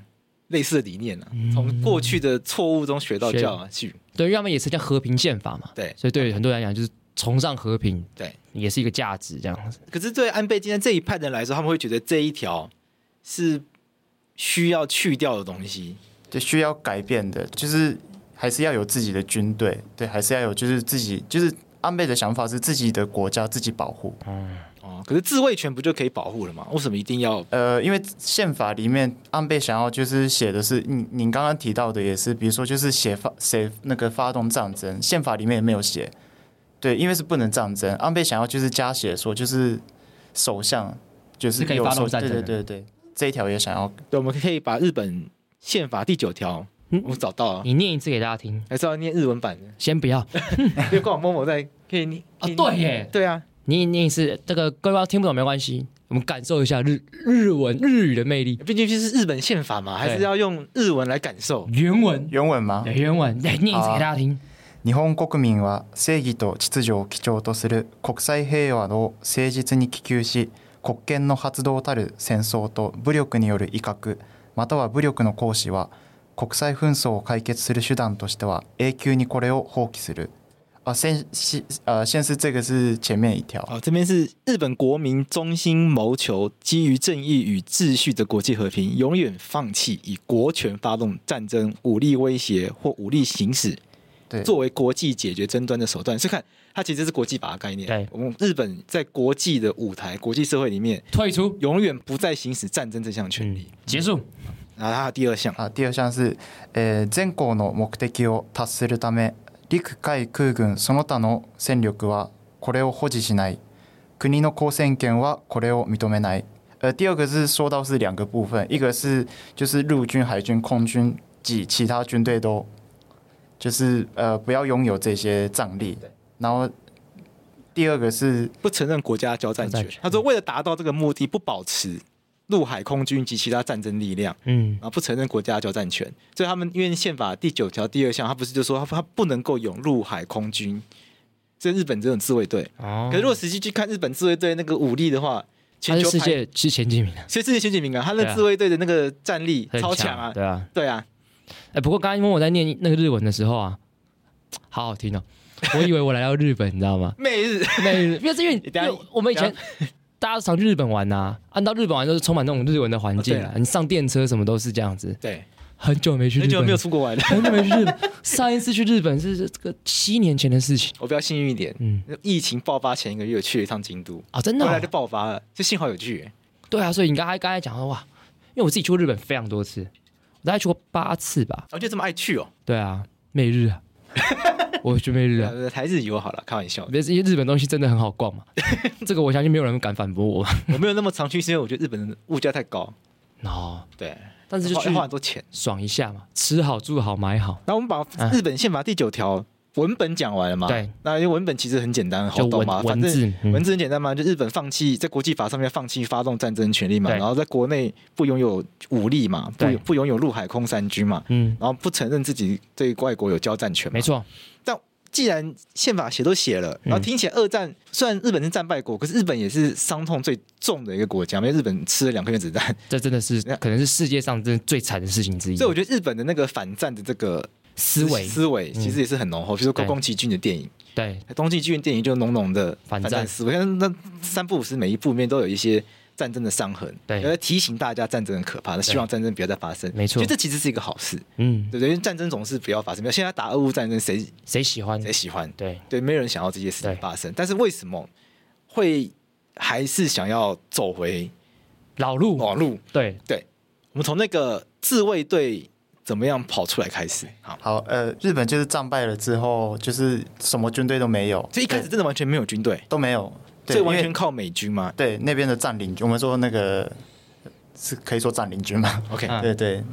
B: 类似的理念啊，
A: 嗯
B: 从过去的错误中学到教训。
A: 对，因为他们也是叫和平宪法嘛，
B: 对
A: 所以对于很多人来讲就是崇尚和平，
B: 对，
A: 也是一个价值这样子。
B: 可是对安倍今天这一派的人来说，他们会觉得这一条是需要去掉的东西。
C: 对，需要改变的，就是还是要有自己的军队，对，还是要有就是自己就是安倍的想法是自己的国家自己保护。
B: 哦，可是自卫权不就可以保护了吗？为什么一定要？
C: 呃，因为宪法里面安倍想要就是写的是，你你刚刚提到的也是，比如说就是写发写那个发动战争，宪法里面也没有写，对，因为是不能战争，安倍想要就是加写说就是首相就是
A: 是可以
C: 有
A: 发动
C: 首
A: 战争
C: 对
A: 的
C: 对对对，这一条也想要
B: 对，我们可以把日本宪法第九条，
A: 嗯
B: 我找到了，
A: 你念一次给大家听，
B: 还是要念日文版的，
A: 先不要 啊，
B: 因为刚好某某在可以念可以念
A: 对耶，
B: 对啊，
A: 你念一次，这个各位观众听不懂没关系，我们感受一下日日文日语的魅力，
B: 毕竟就是日本宪法嘛，还是
A: 对
B: 要用日文来感受。
A: 原文。
C: 原文吗？
A: 对原文来念一次给大家听，
C: 日本国民は正義と秩序を基調とする国際平和の誠実に希求し国権の発動たる戦争と武力による威嚇または武力の行使は国際紛争を解決する手段としては永久にこれを放棄する。啊，先先呃，先是这个是前面一条，
B: 哦，这边是日本国民中心谋求基于正义与秩序的国际和平，永远放弃以国权发动战争、武力威胁或武力行使
C: 对，
B: 作为国际解决争端的手段。所以看，它其实是国际法的概念。
A: 对
B: 我们日本在国际的舞台、国际社会里面，
A: 退出，
B: 永远不再行使战争这项权利。
A: 结束。
B: 然后它的第二项，
C: あ第二项是、えー全項の目的を達するため陸海空軍その他の戦力はこれを保持しない国の公選権はこれを認めない呃，第二个是说到是两个部分，一个是就是陆军、海军、空军及其他军队都就是呃不要拥有这些战力，然后第二个是
B: 不承认国家交战
A: 交
B: 权
A: 战权。
B: 他说，为了达到这个目的，不保持陆海空军及其他战争力量。
A: 嗯，
B: 啊，不承认国家交战权，所以他们因为宪法第九条第二项，他不是就说他他不能够有陆海空军，这日本这种自卫队。
A: 哦
B: 可是如果实际去看日本自卫队那个武力的话，
A: 他
B: 全
A: 是
B: 球
A: 世
B: 排，
A: 界是前几名的，
B: 所以世界前几名啊，他
A: 对
B: 那
A: 啊
B: 自卫队的那个战力
A: 很
B: 超强啊，
A: 对啊。
B: 对啊，
A: 哎，不过刚刚因为我在念那个日文的时候啊，好好听哦，我以为我来到日本，你知道吗？
B: 媚日
A: 没，因为是因为
B: 你等下
A: 因为我们以前大家常去日本玩啊呐、按到日本玩都是充满那种日文的环境、
B: 哦
A: 啊
B: 对，
A: 你上电车什么都是这样子。
B: 对，
A: 很久没去日 本
B: 很久
A: 了，
B: 没有出国玩了，
A: 很久没去日本。上一次去日本是这个七年前的事情
B: 我比较幸运一点，
A: 嗯
B: 嗯，疫情爆发前一个月去了一趟京都，
A: 啊、真的
B: 后
A: 哦、
B: 来就爆发了，就幸好有去、欸
A: 对啊，所以你刚才刚才讲说哇，因为我自己去过日本非常多次，我大概去过八次吧。
B: 我、就这么爱去哦，
A: 对啊，媚日啊， 我去媚日啊，
B: 呃台日游好了，开玩笑的，
A: 别因为日本东西真的很好逛 嘛，这个我相信没有人敢反驳我。
B: 我没有那么常去，是因为我觉得日本的物价太高，
A: 哦，
B: 对，
A: 但是就
B: 花
A: 去
B: 花很多钱。
A: 爽一下嘛，吃好住好买好。
B: 然后我们把
A: 啊
B: 日本宪法第九条文本讲完了嘛？
A: 对，
B: 那因为文本其实很简单，好
A: 就
B: 懂
A: 文
B: 嘛。反
A: 文
B: 正
A: 字，嗯
B: 文字很简单嘛，就日本放弃在国际法上面放弃发动战争权利嘛，
A: 对
B: 然后在国内不拥有武力嘛，不
A: 对
B: 不拥有陆海空三军嘛，
A: 嗯，
B: 然后不承认自己对外国有交战权嘛。
A: 没错，嗯
B: 既然宪法写都写了，然后听起来二战、虽然日本是战败国，可是日本也是伤痛最重的一个国家，因为日本吃了两颗原子弹，
A: 这真的是
B: 那
A: 可能是世界上真的最惨的事情之一
B: 所以。我觉得日本的那个反战的这个
A: 思维，
B: 思维其实也是很浓厚，比如说宫
A: 对
B: 宫崎骏的电影，
A: 对，
B: 宫崎骏的电影就浓浓的
A: 反
B: 反
A: 战
B: 战思维，但那三不五时每一部里面都有一些。战争的伤痕，
A: 对
B: 要提醒大家战争很可怕，希望战争不要再发生。
A: 没错
B: 所以这其实是一个好事，
A: 嗯
B: 对，不对？因为战争总是不要发生。现在打俄乌战争，谁
A: 谁喜欢？
B: 谁喜欢？
A: 对，
B: 对，没有人想要这些事情
A: 对
B: 发生。但是为什么会还是想要走回
A: 老陆，
B: 网路？
A: 对，
B: 我们从那个自卫队怎么样跑出来开始。好，
C: 好，呃，日本就是战败了之后，就是什么军队都没有，
B: 所以一开始
C: 对
B: 真的完全没有军队，
C: 都没有，对
B: 所以完
C: 因
B: 全
C: 为
B: 靠美军嘛。
C: 对那边的占领军，我们说那个是可以说占领军嘛，
B: OK，、
A: 嗯
C: 对对，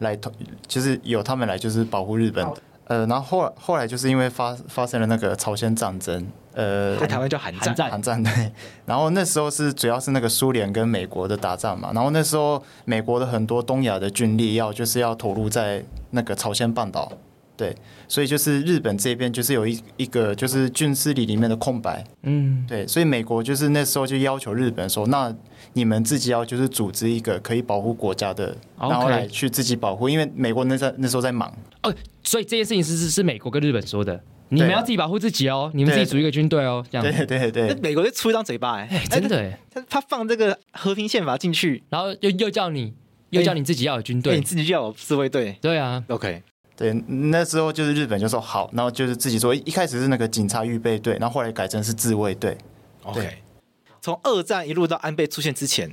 C: 来统就是有他们来就是保护日本。呃，然后后来后来就是因为发发生了那个朝鲜战争，呃，
B: 在台湾叫韩战
A: 韩，战
C: 韩战对，然后那时候是主要是那个苏联跟美国的打仗嘛，然后那时候美国的很多东亚的军力要就是要投入在那个朝鲜半岛，对，所以就是日本这边就是有一一个就是军事里里面的空白，
A: 嗯，
C: 对，所以美国就是那时候就要求日本说，那你们自己要就是组织一个可以保护国家的，
A: OK
C: 然后来去自己保护，因为美国那在那时候在忙，
A: 哦，所以这件事情是是是美国跟日本说的，
B: 啊
A: 你们
C: 对
A: 要自己保护自己哦，你们自己
C: 对
A: 组一个军队哦，这样，
C: 对对
B: 那
C: 对
B: 美国就出一张嘴巴哎、
A: 哎，真的耶，
B: 他他放这个和平宪法进去，
A: 然后又又叫你，又
B: 哎
A: 叫你自己要有军
B: 对，
A: 队
B: 你，自己就要有自卫队。
A: 对啊，
B: OK，
C: 对，那时候就是日本就说好，然后就是自己做，一开始是那个警察预备队，然后后来改成是自卫队，
B: OK，从二战一路到安倍出现之前，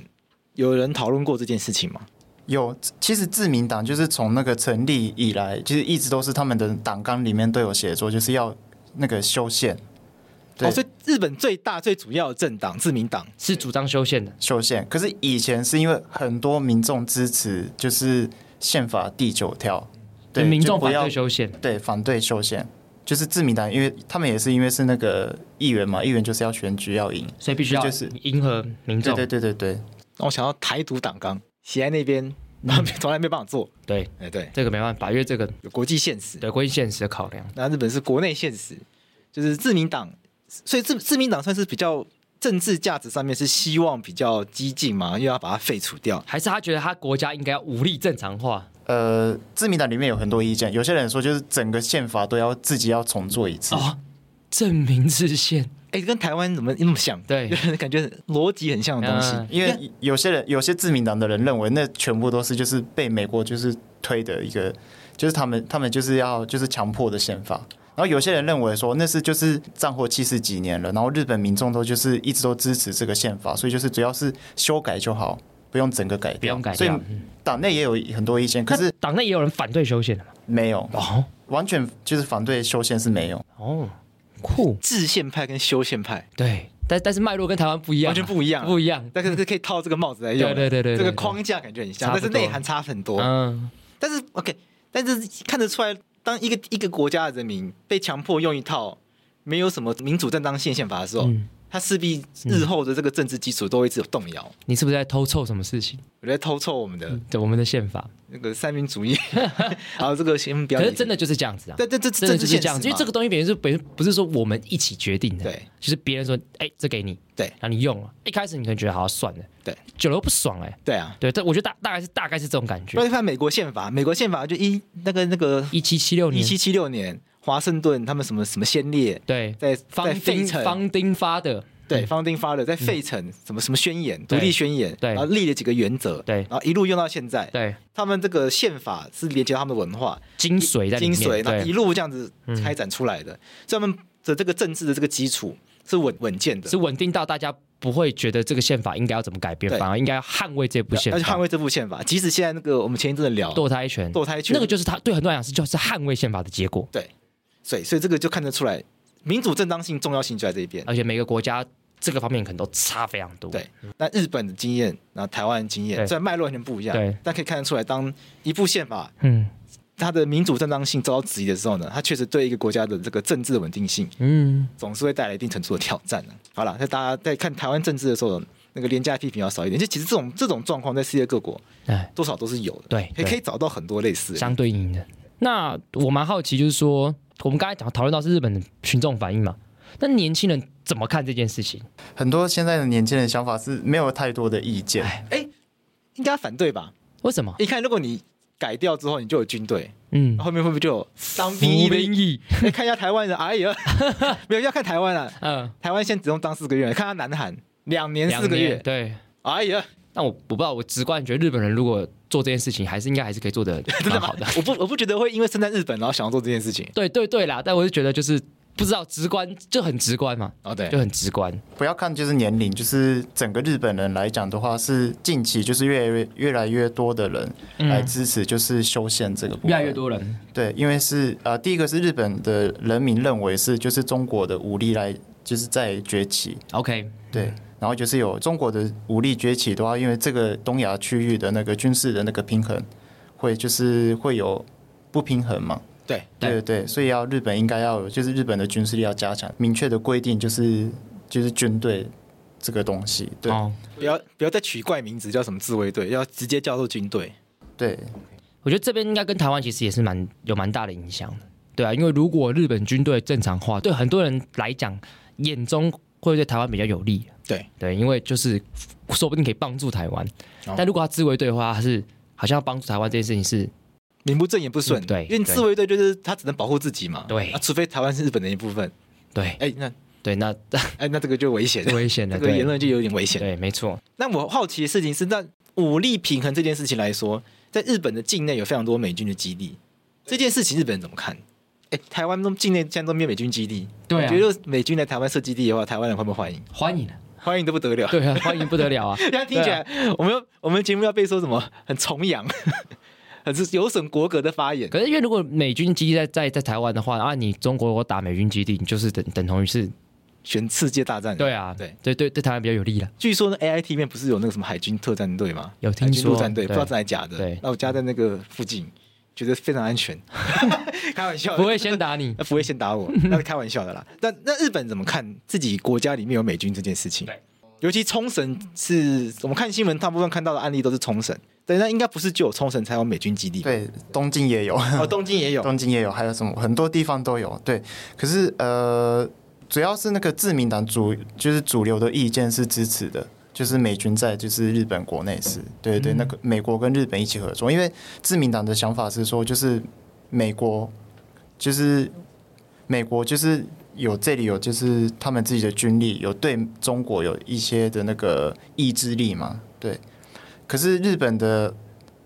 B: 有人讨论过这件事情吗？
C: 有，其实自民党就是从那个成立以来，其实一直都是他们的党纲里面都有写作，就是要那个修宪，对
B: 哦，所以日本最大最主要的政党自民党，
A: 是主张修宪的，
C: 修宪。可是以前是因为很多民众支持，就是宪法第九条，对，
A: 民众
C: 就
A: 反
C: 不要
A: 对修宪，
C: 对反对修宪，就是自民党，因为他们也是因为是那个议员嘛，议员就是要选举要赢，
A: 所以必须要
C: 就是
A: 迎合民
C: 对
A: 众，
C: 对对对对，
B: 让我哦想到台独党纲，写在那边，然后从来没办法做。
A: 对，
B: 哎，对，
A: 这个没办法，因为这个
B: 有国际现实。
A: 对关于现实的考量，
B: 那日本是国内现实，就是自民党，所以自自民党算是比较政治价值上面是希望比较激进嘛，又要把它废除掉。
A: 还是他觉得他国家应该要武力正常化，
C: 呃，自民党里面有很多意见，有些人说就是整个宪法都要自己要重做一次，
A: 哦，证明制宪，
B: 哎，跟台湾怎么那么像？
A: 对
B: 感觉逻辑很像的东西。
A: 嗯
C: 因为有些人，有些自民党的人认为，那全部都是就是被美国就是推的一个，就是他们他们就是要就是强迫的宪法。然后有些人认为说，那是就是战后七十几年了，然后日本民众都就是一直都支持这个宪法，所以就是只要是修改就好，不用整个改掉。
A: 不用改
C: 所以
A: 掉，嗯
C: 党内也有很多意见，可是
A: 党内也有人反对修宪的嘛，
C: 没有
A: 哦
C: 完全就是反对修宪是没有。
A: 哦，酷，
B: 制宪派跟修宪派
A: 对，但但是脉络跟台湾不一样啊，
B: 完全不一样啊
A: 不一样，
B: 但是可以套这个帽子来用，
A: 对对对对对
B: 这个框架感觉很像，
A: 差不
B: 但是
A: 多
B: 内涵差很多。
A: 嗯，
B: 但是 OK，但是看得出来，当一个一个国家的人民被强迫用一套没有什么民主正当性宪法的时候，
A: 嗯
B: 他势必日后的这个政治基础都会一直有动摇。
A: 你是不是在偷凑什么事情？
B: 我在偷臭我们的
A: 对，我们的宪法，
B: 那个三 民主义，然后这个先不要
A: 可
B: 理解。
A: 是真的就是这样子啊。
B: 对，对这这
A: 真的
B: 政
A: 就
B: 治
A: 是
B: 现
A: 这样子，
B: 实
A: 因
B: 嘛
A: 为这个东西别人是别不是说我们一起决定的，
B: 对，
A: 就是别人说，哎、这给你，
B: 对
A: 然后你用了，一开始你可能觉得好啊算了，
B: 对，
A: 久了又不爽了、哎
B: 对啊，
A: 对，但我觉得大大概是大概是这种感觉
B: 不。然看美国宪法，美国宪法就一那个那个
A: 一七七六
B: 一
A: 年，
B: 七七六年华盛顿他们什么什么先烈
A: 对，
B: 在在
A: 方
B: 费
A: 丁
B: 城
A: 方丁发的，嗯
B: 对，方丁发的在费城什么什么宣言、独
A: 对
B: 立宣言，
A: 对
B: 然后立了几个原则，
A: 对
B: 然后一路用到现在。
A: 对，
B: 他们这个宪法是连接他们的文化
A: 精髓在里
B: 精
A: 面，
B: 髓，然后一
A: 对，嗯
B: 路这样子开展出来的，所以他们的这个政治的这个基础是稳稳健的
A: 是，稳定到大家不会觉得这个宪法应该要怎么改变，
B: 对
A: 反而应该要捍卫这部
B: 对
A: 宪
B: 要去捍
A: 法，
B: 卫这部宪法。即使现在那个我们前一阵子聊
A: 堕胎权，
B: 堕胎权
A: 那个就是他对很多人来讲是就是捍卫宪法的结果，
B: 对，所以这个就看得出来民主正当性重要性就在这一边。
A: 而且每个国家这个方面可能都差非常多，
B: 对那日本的经验，然后台湾的经验，
A: 对
B: 虽然脉络完全不一样
A: 对，
B: 但可以看得出来，当一部宪法
A: 嗯，
B: 他的民主正当性遭到质疑的时候呢，他确实对一个国家的这个政治稳定性
A: 嗯，
B: 总是会带来一定程度的挑战呢、好了，那大家在看台湾政治的时候，那个廉价批评要少一点。就其实这种这种状况在世界各国
A: 哎，
B: 多少都是有的，
A: 对
B: 也
A: 对
B: 可以找到很多类似的。
A: 相对应的。那我蛮好奇，就是说我们刚才讲讨论到是日本的群众反应嘛，那年轻人怎么看这件事情？
C: 很多现在的年轻人想法是没有太多的意见，
B: 应该反对吧？
A: 为什么？
B: 你看，如果你改掉之后，你就有军队，
A: 嗯，
B: 后面会不会就有当兵
A: 服
B: 一
A: 兵
B: 兵？
A: 役，
B: 哎看一下台湾人，哎呀，没有要看台湾啊，
A: 嗯，
B: 台湾现在只用当四个月，看他南韩两年四个
A: 两年
B: 月，
A: 对。
B: 哎呀，
A: 但我我不知道，我直观觉得日本人如果做这件事情，还是应该还是可以做 的蛮好的。
B: 我不我不觉得会因为生在日本然后想要做这件事情
A: 对对对啦，但我就觉得就是不知道直观就很直观嘛，
B: 哦，对
A: 就，很直观。
C: 不要看就是年龄，就是整个日本人来讲的话，是近期就是越来越越来越多的人
B: 嗯
C: 来支持就是修宪这个部
A: 嗯
C: 分。
A: 呃越来越多人，
C: 对，因为是呃，第一个是日本的人民认为是就是中国的武力来就是在崛起，
A: OK，
C: 对，然后就是有中国的武力崛起的话，因为这个东亚区域的那个军事的那个平衡会就是会有不平衡嘛。
B: 对
A: 对
C: 对对对，所以要日本应该要有就是日本的军事力要加强，明确的规定就是就是军队这个东西，对、
A: 哦，
B: 不要不要再取怪名字叫什么自卫队，要直接叫做军队。
C: 对，
A: 我觉得这边应该跟台湾其实也是蛮有蛮大的影响的，对啊，因为如果日本军队正常化，对很多人来讲，眼中会对台湾比较有利，
B: 对
A: 对，因为就是说不定可以帮助台湾，
B: 哦
A: 但如果他自卫队的话，他是好像要帮助台湾这件事情是
B: 名不正言不顺，
A: 嗯对
B: 因为自卫队就是他只能保护自己嘛，
A: 对
B: 啊，除非台湾是日本的一部分，
A: 对
B: 哎，那
A: 对，那，
B: 哎那这个就危险
A: 危险
B: 这
A: 的，
B: 个言
A: 对
B: 论就有点危险。
A: 对，没错，
B: 那我好奇的事情是，那武力平衡这件事情来说，在日本的境内有非常多美军的基地，这件事情日本人怎么看？哎，台湾中境内现在都没有美军基地，
A: 啊对
B: 你
A: 啊
B: 觉得如果美军来台湾设基地的话，台湾人会不会欢迎？
A: 欢迎啊，
B: 欢迎的不得了。
A: 对啊，欢迎不得 了啊，
B: 这 样听起来，我们我们节目要被说什么很崇洋， 很是有损国格的发言。
A: 可是因为如果美军基地在在在台湾的话，啊，你中国如果打美军基地，你就是等等同于是，
B: 全世界大战，
A: 对啊，
B: 对
A: 对对对，台湾比较有利了。
B: 据说呢，AIT 里面不是有那个什么海军特战队吗？
A: 有听
B: 海军陆
A: 说
B: 战队，不
A: 对
B: 知道真的假的。
A: 对
B: 那我家在那个附近，觉得非常安 全。开玩笑，
A: 不会先打你，
B: 那不会先打我，那是开玩笑的啦。那那日本怎么看自己国家里面有美军这件事情
A: 对？
B: 尤其冲绳是我们看新闻，大部分看到的案例都是冲绳，对，那应该不是只有冲绳才有美军基地，
C: 对，东京也有，
B: 哦，东京也有，
C: 东京也有，还有什么很多地方都有。对，可是呃，主要是那个自民党主就是主流的意见是支持的，就是美军在就是日本国内是，对对，那个美国跟日本一起合作，因为自民党的想法是说，就是美国就是美国就是。有这里有就是他们自己的军力，有对中国有一些的那个意志力嘛？对。可是日本的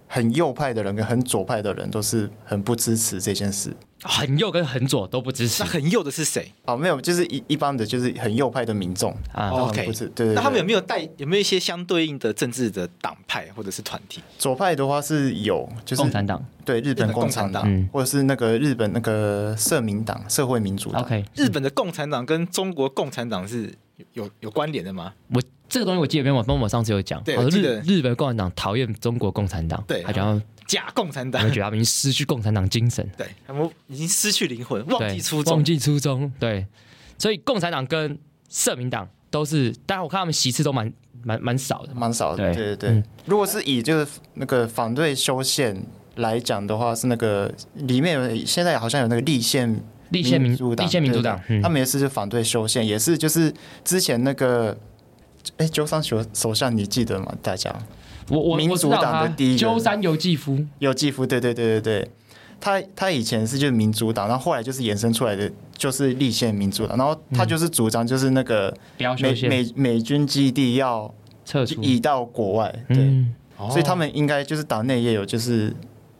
C: 很右派的人跟很左派的人都是很不支持这件事。
A: 很右跟很左都不支持
B: 那很右的是谁？
C: 哦，没有，就是一一般的，就是很右派的民众，
A: 啊。
B: 哦
C: 他们
B: OK
C: 不支对对对。
B: 那他们有没有带有没有一些相对应的政治的党派或者是团体？
C: 左派的话是有，就是啊
A: 共产党
C: 对日
B: 日
C: 本
B: 本
C: 共产
B: 共产党
C: 党，
A: 嗯
C: 或者是那个日本那个社民党、社会民主党。
A: ，OK，
B: 日本的共产党跟中国共产党是有有关联的吗？
A: 我这个东西我记得没有，因为我上次有讲，
B: 对
A: 哦
B: 我记
A: 日
B: 得
A: 日本共产党讨厌中国共产党，
B: 对
A: 他讲
B: 假共产
A: 他
B: 党
A: 们，觉得他们已经失去共产党精神，
B: 对，他们已经失去灵魂，忘
A: 对
B: 记初衷
A: 忘。记初衷，对，所以共产党跟社民党都是，但我看他们席次都蛮蛮蛮少的，
C: 蛮少
A: 对
C: 的，对对对。
A: 嗯
C: 如果是以就是那个反对修宪来讲的话，是那个里面有现在好像有那个立宪
A: 立宪民
C: 主党，
A: 立宪民主
C: 对
A: 党，
C: 对
A: 嗯
C: 他，们也是就反对修宪，也是就是之前那个。哎，鸠山首首相，你记得吗？大家
A: 我我
C: 民
A: 我知
C: 主
A: 道
C: 党的
A: 他
C: 第一人
A: 鸠山由纪夫，
C: 有继夫，对对对对对，他他以前是就是民主党，然后后来就是衍生出来的就是立宪民主党，然后
A: 嗯
C: 他就是主张就是那个
A: 不要修
C: 美、
A: 宪，
C: 美美军基地要
A: 撤出，
C: 移到国外，对，
A: 嗯，
C: 所以他们应该就是党内也有就是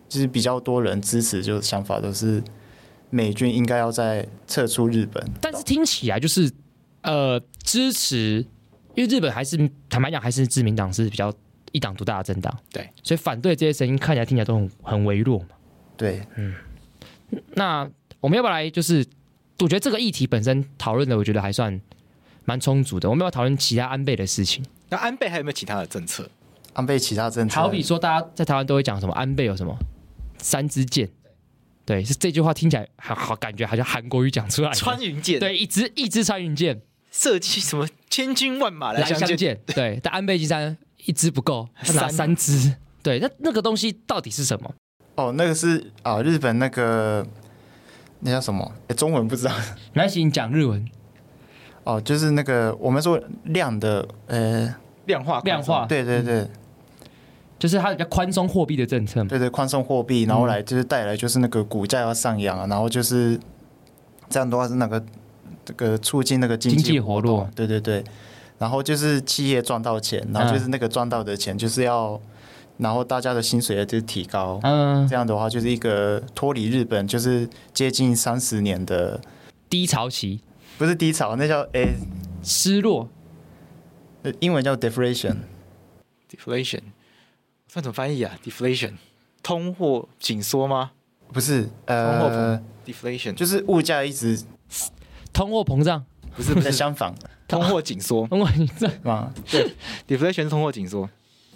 C: 就是比较多人支持，就是想法都是美军应该要在撤出日本，
A: 但是听起来就是呃支持，因为日本还是坦白讲还是自民党是比较一党独大的政党，
B: 对，
A: 所以反对这些声音看起来听起来都很很微弱嘛。
C: 对，
A: 那我们要不要来就是，我觉得这个议题本身讨论的，我觉得还算蛮充足的。我们要不要讨论其他安倍的事情，
B: 那安倍还有没有其他的政策？
C: 安倍其他政策，
A: 好比说大家在台湾都会讲什么安倍有什么三支箭，对，是这句话听起来好好，感觉好像韩国语讲出来的。
B: 穿云箭，，
A: 对，一支一支穿云箭
B: 设计什么千军万马
A: 来
B: 来
A: 相
B: 相
A: 见，对，但安倍晋三一支不够，他拿
B: 三啊
A: 三支。对，那那个东西到底是什么？
C: 哦，那个是啊，日本那个那叫什么？诶中文不知道。
A: 没关系，你讲日文，
C: 哦，就是那个我们说量的，呃，
B: 量化
A: 量化
C: 对对
B: 嗯
C: 对
A: 就是它比较宽松货币的政策嘛。
C: 对对，宽松货
B: 嗯
C: 币，然后来就是带来就是那个股价要上扬啊，然后就是这样的话是那个这个促进那个经
A: 经济
C: 济
A: 活
C: 活
A: 络
B: 啊
C: 动，对对对，然后就是企业赚到钱，
B: 嗯
C: 然后就是那个赚到的钱就是要，然后大家的薪水就是提高，
A: 嗯，
C: 这样的话就是一个脱离日本就是接近三十年的
A: 低潮期、
C: 不是低潮，那叫诶、
A: 失落，
C: 呃英文叫 deflation。
B: deflation，算怎么翻译啊？deflation，通货紧缩吗
C: 不是，
B: 通货
C: 呃
B: 膨，？deflation
C: 就是物价一直
A: 通货膨胀，
B: 不是不
C: 在
B: 是
C: 相反，
B: 通货紧缩
A: 通货膨胀。
C: 嘛，
B: ，deflation 是通货紧缩，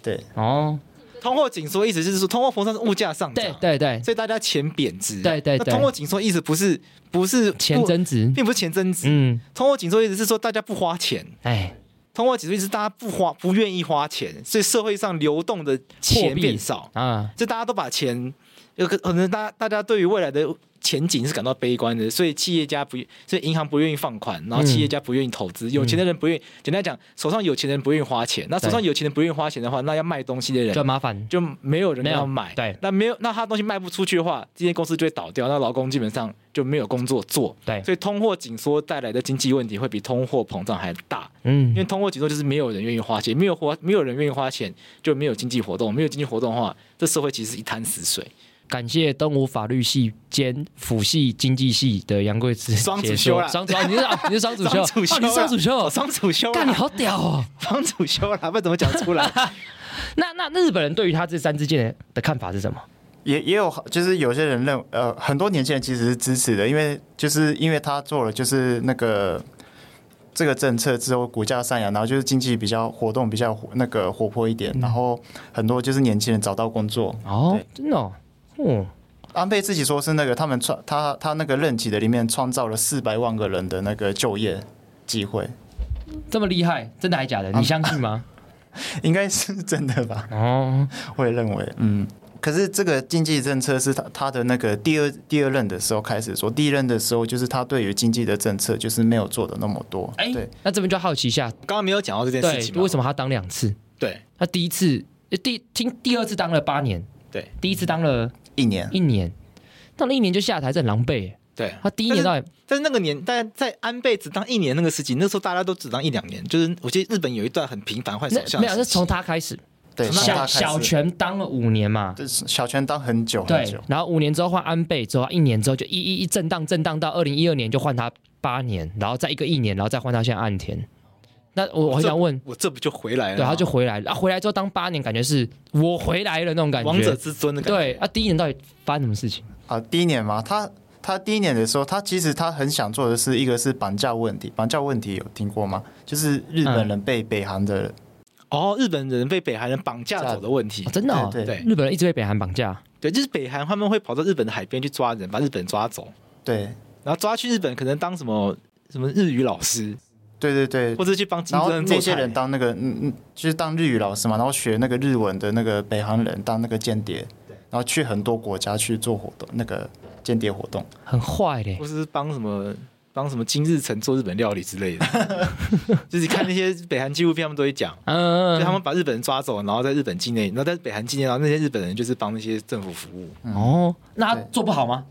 C: 对，
A: 哦，
B: 通货紧缩意思就是说通货膨胀是物价上
A: 对
B: 涨，
A: 对对，
B: 所以大家钱贬值啊。
A: 对对
B: 那
A: 对
B: 通货紧缩意思不是不是
A: 钱
B: 不，
A: 增值，
B: 并不是钱增值。
A: 嗯，
B: 通货紧缩意思是说大家不花钱，
A: 哎，
B: 通货紧缩意思是大家不花不愿意花钱，所以社会上流动的
A: 货
B: 钱
A: 币
B: 变少，
A: 啊，
B: 就大家都把钱，有可可能大家大家对于未来的前景是感到悲观的，所以企业家不，所以银行不愿意放款，
A: 嗯
B: 然后企业家不愿意投资，有钱的人不愿意，简单讲，手上有钱人不愿意花钱，那手上有钱人不愿意花钱的话，那要卖东西的人
A: 就麻烦，
B: 就没有人
A: 没有
B: 要买，
A: 对
B: 那没有，那他东西卖不出去的话，这间公司就会倒掉，那劳工基本上就没有工作做，
A: 对，
B: 所以通货紧缩带来的经济问题会比通货膨胀还大，
A: 嗯
B: 因为，通货紧缩就是没有人愿意花钱，没有花，没有人愿意花钱，就没有经济活动，没有经济活动的话，这社会其实是一滩死水，
A: 感谢东吴法律系兼辅系经济系的杨贵子
B: 双主
A: 解说
B: 修啦
A: 双主，哦你是哦你是 双主修，
B: 双主修
A: 哦你是双主修
B: 哦，
A: 哦，
B: 双主修
A: 干你
B: 啦，
A: 好屌哦！
B: 双主修啦，不然怎么讲 出来？
A: 那那日本人对于他这三支箭的看法是什么？
C: 也也有就是有些人认呃，很多年轻人其实是支持的，因为就是因为他做了就是那个这个政策之后，股价上扬，然后就是经济比较活动比较活那个活泼一点，然后很多就是年轻人找到工作。
A: 哦，真的哦，哦，
C: 安倍自己说是那个他们创他他那个任期的里面创造了四百万个人的那个就业机会，
A: 这么厉害，真的还假的？你相信吗？
C: 应该是真的吧？
A: 哦，
C: 会认为，嗯。可是这个经济政策是他他的那个第二第二任的时候开始做，第一任的时候就是他对于经济的政策就是没有做的那么多。
A: 哎
C: 对，，
A: 那这边就好奇一下，
B: 刚刚没有讲到这件
A: 对
B: 事，情吗？
A: 为什么他当两次？
B: 对，
A: 他第一次呃第听第二次当了八年，
B: 对，
A: 第一次当了
C: 一年
A: 一年，当了一年就下台，这很狼狈耶。
B: 对，
A: 他第一年到底
B: 但是那个年代，在安倍只当一年那个时期，那时候大家都只当一两年，就是我记得日本有一段很频繁换首
A: 那
B: 相
A: 没
B: 的
A: 有，
B: 时期，
A: 是从他开始，
C: 对，
B: 从那
C: 从他
A: 小
C: 开始
A: 小泉当了五年嘛，
C: 对小泉当很久很
A: 对
C: 久，，
A: 然后五年之后换安倍，之后一年之后就一一一震荡震荡到二零一二年就换他八年，然后再一个一年，然后再换到现在岸田。那我我很想问，
B: 哦我这哎不就回来了吗？
A: 对，他就回来了，啊，回来之后当八年，感觉是我回来了那种感觉。
B: 王者之尊的感觉。
A: 对，啊，第一年到底发生什么事情？
C: 啊，第一年嘛，他他第一年的时候，他其实他很想做的是一个是绑架问题，绑架问题有听过吗？就是日本
A: 嗯
C: 人被北韩的、
B: 哦，日本人被北韩人绑架走的问题
A: 哦、，真的、哦，
C: 对
B: 对
A: 日本人一直被北韩绑架，
B: 对，就是北韩他们会跑到日本的海边去抓人，把日本人抓走，
C: 对
B: 然后抓去日本可能当什么什么日语老师，
C: 对对
B: 或
C: 对。
B: 者去帮金
C: 然
B: 正
C: 后
B: 恩做
C: 那
B: 菜
C: 些人当那个，嗯嗯，就是当日语老师嘛，然后学那个日文的那个北韩人当那个间谍，然后去很多国家去做活动，那个间谍活动。
A: 很坏嘞
B: 或。是帮什么帮什么金日成做日本料理之类的， 就是看那些北韩纪录片，他们都会讲。
A: 嗯，
B: 就他们把日本人抓走，然后在日本境内，然后在北韩境内，然后那些日本人就是帮那些政府服务。
A: 哦，那他
C: 对
A: 做不好吗？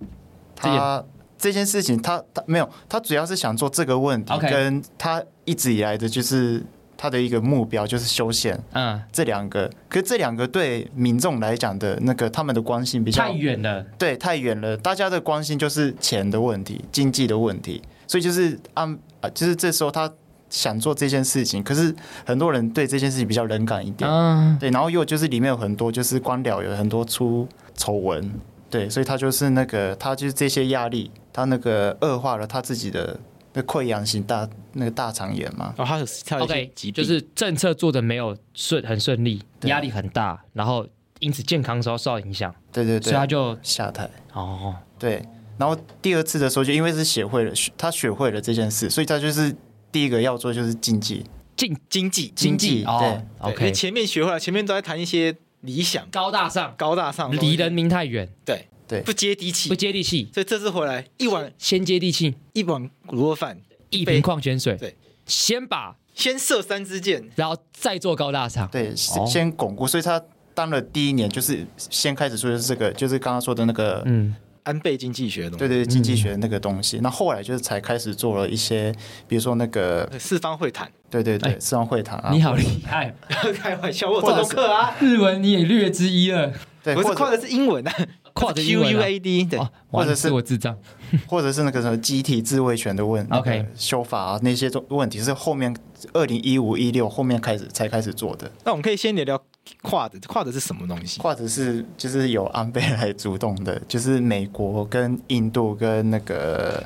A: 这件
C: 他这件事情他，他没有，他主要是想做这个问题
A: OK
C: 跟他一直以来的就是他的一个目标就是修宪
A: 嗯，
C: 这两个，可是这两个对民众来讲的那个他们的关心比较
A: 太远了。
C: 对太远了，大家的关心就是钱的问题、经济的问题，所以就是按啊，就是这时候他想做这件事情，可是很多人对这件事情比较冷感一点，
A: 嗯，
C: 对，然后又就是里面有很多就是官僚有很多出丑闻，对，所以他就是那个他就是这些压力，他那个恶化了他自己的那溃疡型大那个大肠炎嘛，
B: 然后他有他有一些
A: OK，
B: 疾病，
A: 就是政策做的没有顺很顺利，
C: 对
A: 压力很大，然后因此健康受受到影响，
C: 对对
A: 所以
C: 对，
A: 他就
C: 下台，
A: 哦，
C: 对，然后第二次的时候就因为是学会了，学他学会了这件事，所以他就是第一个要做就是竞技，
A: 竞
B: 经济
C: 经济
A: 哦
B: 对因为
A: ，OK，
B: 前面学会了，前面都在谈一些理想、
A: 高大上，
B: 高大上的东西，
A: 离人民太远，
B: 对
C: 对
B: 不接地气
A: 不。接地气，
B: 所以这次回来一碗
A: 先接地气，
B: 一碗卤肉饭，
A: 一
B: 杯
A: 瓶矿泉水，
B: 对，
A: 先把，
B: 先射三支箭，
A: 然后再做高大上，
C: 对，
A: 哦
C: 先先巩固，所以他当了第一年就是先开始做的是这个，就是刚刚说的那个，
A: 嗯，
B: 安倍经济学的东
C: 对
B: 西，
C: 对，经济学那个东西。那后来就是才开始做了一些，比如说那个，
B: 四方会谈，
C: 对对对，四方会谈啊，
A: 哎你好厉害，
B: 开玩笑，我有做功课啊，
A: 日文你也略知一二，
C: 对，
B: 不
C: 或
B: 是
C: 者
B: 跨的是英文啊，
A: 跨着英
B: Q
A: 文
B: U
A: 啊
B: A D 对
A: 哦，
C: 或者
A: 完了
C: 是
A: 我智障，
C: 或者是那个什么集体自卫权的问
A: OK
C: 那个修法啊那些都问题是后面二零一五一六后面开始才开始做的，
B: 那我们可以先聊聊跨的，跨的是什么东西？
C: 或者是就是有安倍来主动的，就是美国跟印度跟那个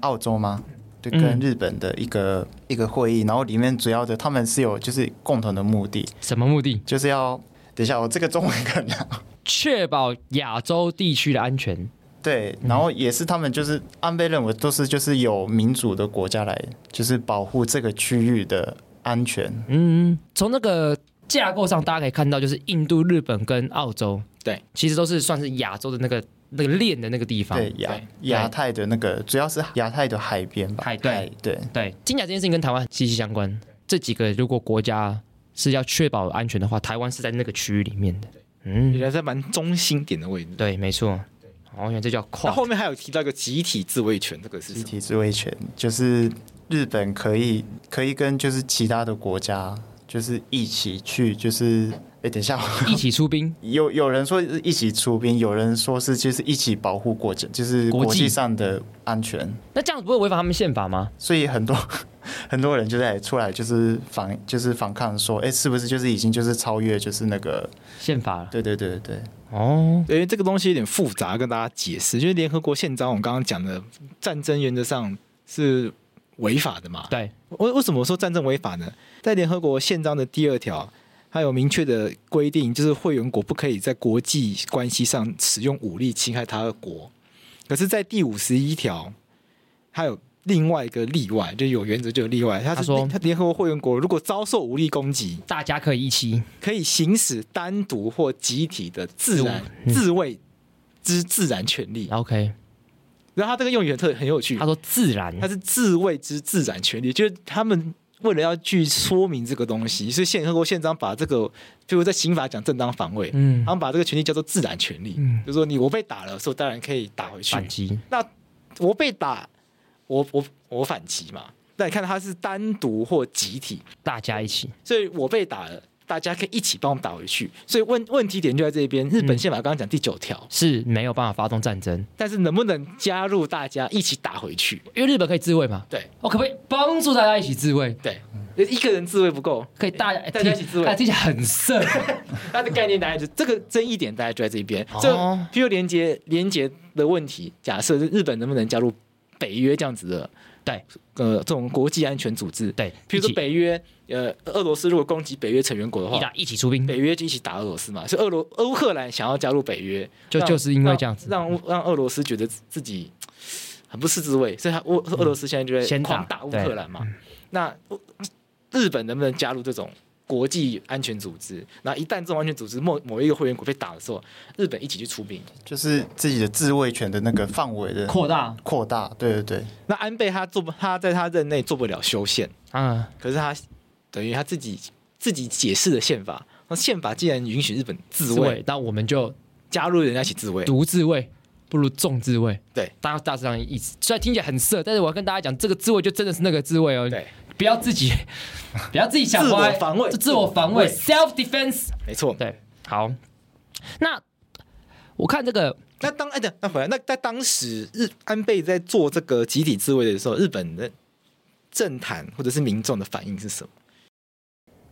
C: 澳洲吗？对，
A: 嗯
C: 跟日本的一个、一个会议，然后里面主要的他们是有就是共同的目的，
A: 什么目的？
C: 就是要等一下我这个中文可能
A: 确保亚洲地区的安全，
C: 对，然后也是他们就是安倍认为都是就是有民主的国家来就是保护这个区域的安全，
A: 嗯，从那个架构上，大家可以看到，就是印度、日本跟澳洲，
B: 对，
A: 其实都是算是亚洲的那个那个链的那个地方。
C: 对亚
B: 对
C: 亚太的那个，主要是亚太的海边吧？
A: 海对
C: 海对
A: 对，金甲这件事情跟台湾息息相关。这几个如果国家是要确保安全的话，台湾是在那个区域里面的。
B: 也
A: 嗯，
B: 还是蛮中心点的位置。
A: 对，没错。哦，原来这叫
B: 那
A: 跨
B: 后面还有提到一个集体自卫权，这个是
C: 集
B: 什么？
C: 体自卫权，就是日本可以可以跟就是其他的国家就是一起去，就是哎，等一下，
A: 一起出兵，
C: 有有人说一起出兵，有人说是就是一起保护国家，就是
A: 国际
C: 国际上的安全，
A: 那这样子不会违反他们宪法吗？
C: 所以很多 很多人就在出来就是反就是反抗说，哎，是不是就是已经就是超越就是那个？
A: 宪法了
C: 对对对对
A: 哦，
B: 对因为这个东西有点复杂，跟大家解释。就是联合国宪章，我们刚刚讲的战争原则上是违法的嘛？
A: 对，
B: 为为什么说战争违法呢？在联合国宪章的第二条，它有明确的规定，就是会员国不可以在国际关系上使用武力侵害他的国。可是，在第五十一条，它有另外一个例外，就有原则就有例外。它
A: 他
B: 是
A: 说
B: 它联合国会员国如果遭受武力攻击，
A: 大家可以一起
B: 可以行使单独或集体的自然
A: 嗯
B: 自卫之自然权利。
A: OK。
B: 然后它这个用语很特很有趣
A: 他，说自然，
B: 它是自卫之自然权利，就是他们为了要去说明这个东西，所以联合国宪章把这个，比如在刑法讲正当防卫，
A: 嗯
B: 他，们把这个权利叫做自然权利，
A: 嗯
B: 就是说你我被打了，所以我当然可以打回去
A: 反，击，
B: 我被打，我我我反击嘛。那你看它是单独或集体，
A: 大家一起。
B: 所以我被打了。大家可以一起帮我打回去，所以问问题点就在这边。日本
A: 嗯
B: 宪法刚刚讲第九条，
A: 是没有办法发动战争，
B: 但是能不能加入大家一起打回去？
A: 因为日本可以自卫嘛。哦
B: 对
A: 我、可不可以帮助大家一起自卫？
B: 对，一个人自卫不够，
A: 可以大家、
B: 大家一起自卫
A: 哎听起来很 色。
B: 它的概念大概就这个争议点大概就在这边
A: 哦。
B: 这譬如连接连接的问题，假设是日本能不能加入北约这样子的，
A: 对，
B: 呃，这种国际安全组织，，
A: 对，
B: 譬如
A: 一
B: 说
A: 起
B: 北约，呃，俄罗斯如果攻击北约成员国的
A: 一
B: 话，
A: 打一起出兵，
B: 北约就一起打俄罗斯嘛，所以俄罗乌克兰想要加入北约，
A: 就
B: 让
A: 就是因为这样子，
B: 让让让俄罗斯觉得自己很不是滋味，所以他俄俄罗斯现在就在
A: 嗯先打嗯
B: 狂打乌克兰嘛。那乌日本能不能加入这种国际安全组织？然后一旦这种安全组织某某一个会员国被打的时候，日本一起去出兵。
C: 就是自己的自卫权的那个范围的
A: 扩大
C: 扩大，对对对。
B: 那安倍他做不，他在他任内做不了修宪，
A: 啊，
B: 可是他等于他自己自己解释的宪法。那宪法既然允许日本自
A: 自卫
B: 卫，，
A: 那我们就
B: 加入人家一起自卫，
A: 独自卫。不如众自卫，
B: 对，
A: 大家大致上的意思。虽然听起来很色，但是我要跟大家讲，这个自卫就真的是那个自卫哦，
B: 对，
A: 不要自己， 不要自己想
B: 自我
A: 歪
B: 防卫
A: 就自我防卫，self defense。
B: 没错。
A: 对，好，那我看这个
B: 那当哎，等那回来，那在当时日安倍在做这个集体自卫的时候，日本的政坛或者是民众的反应是什么？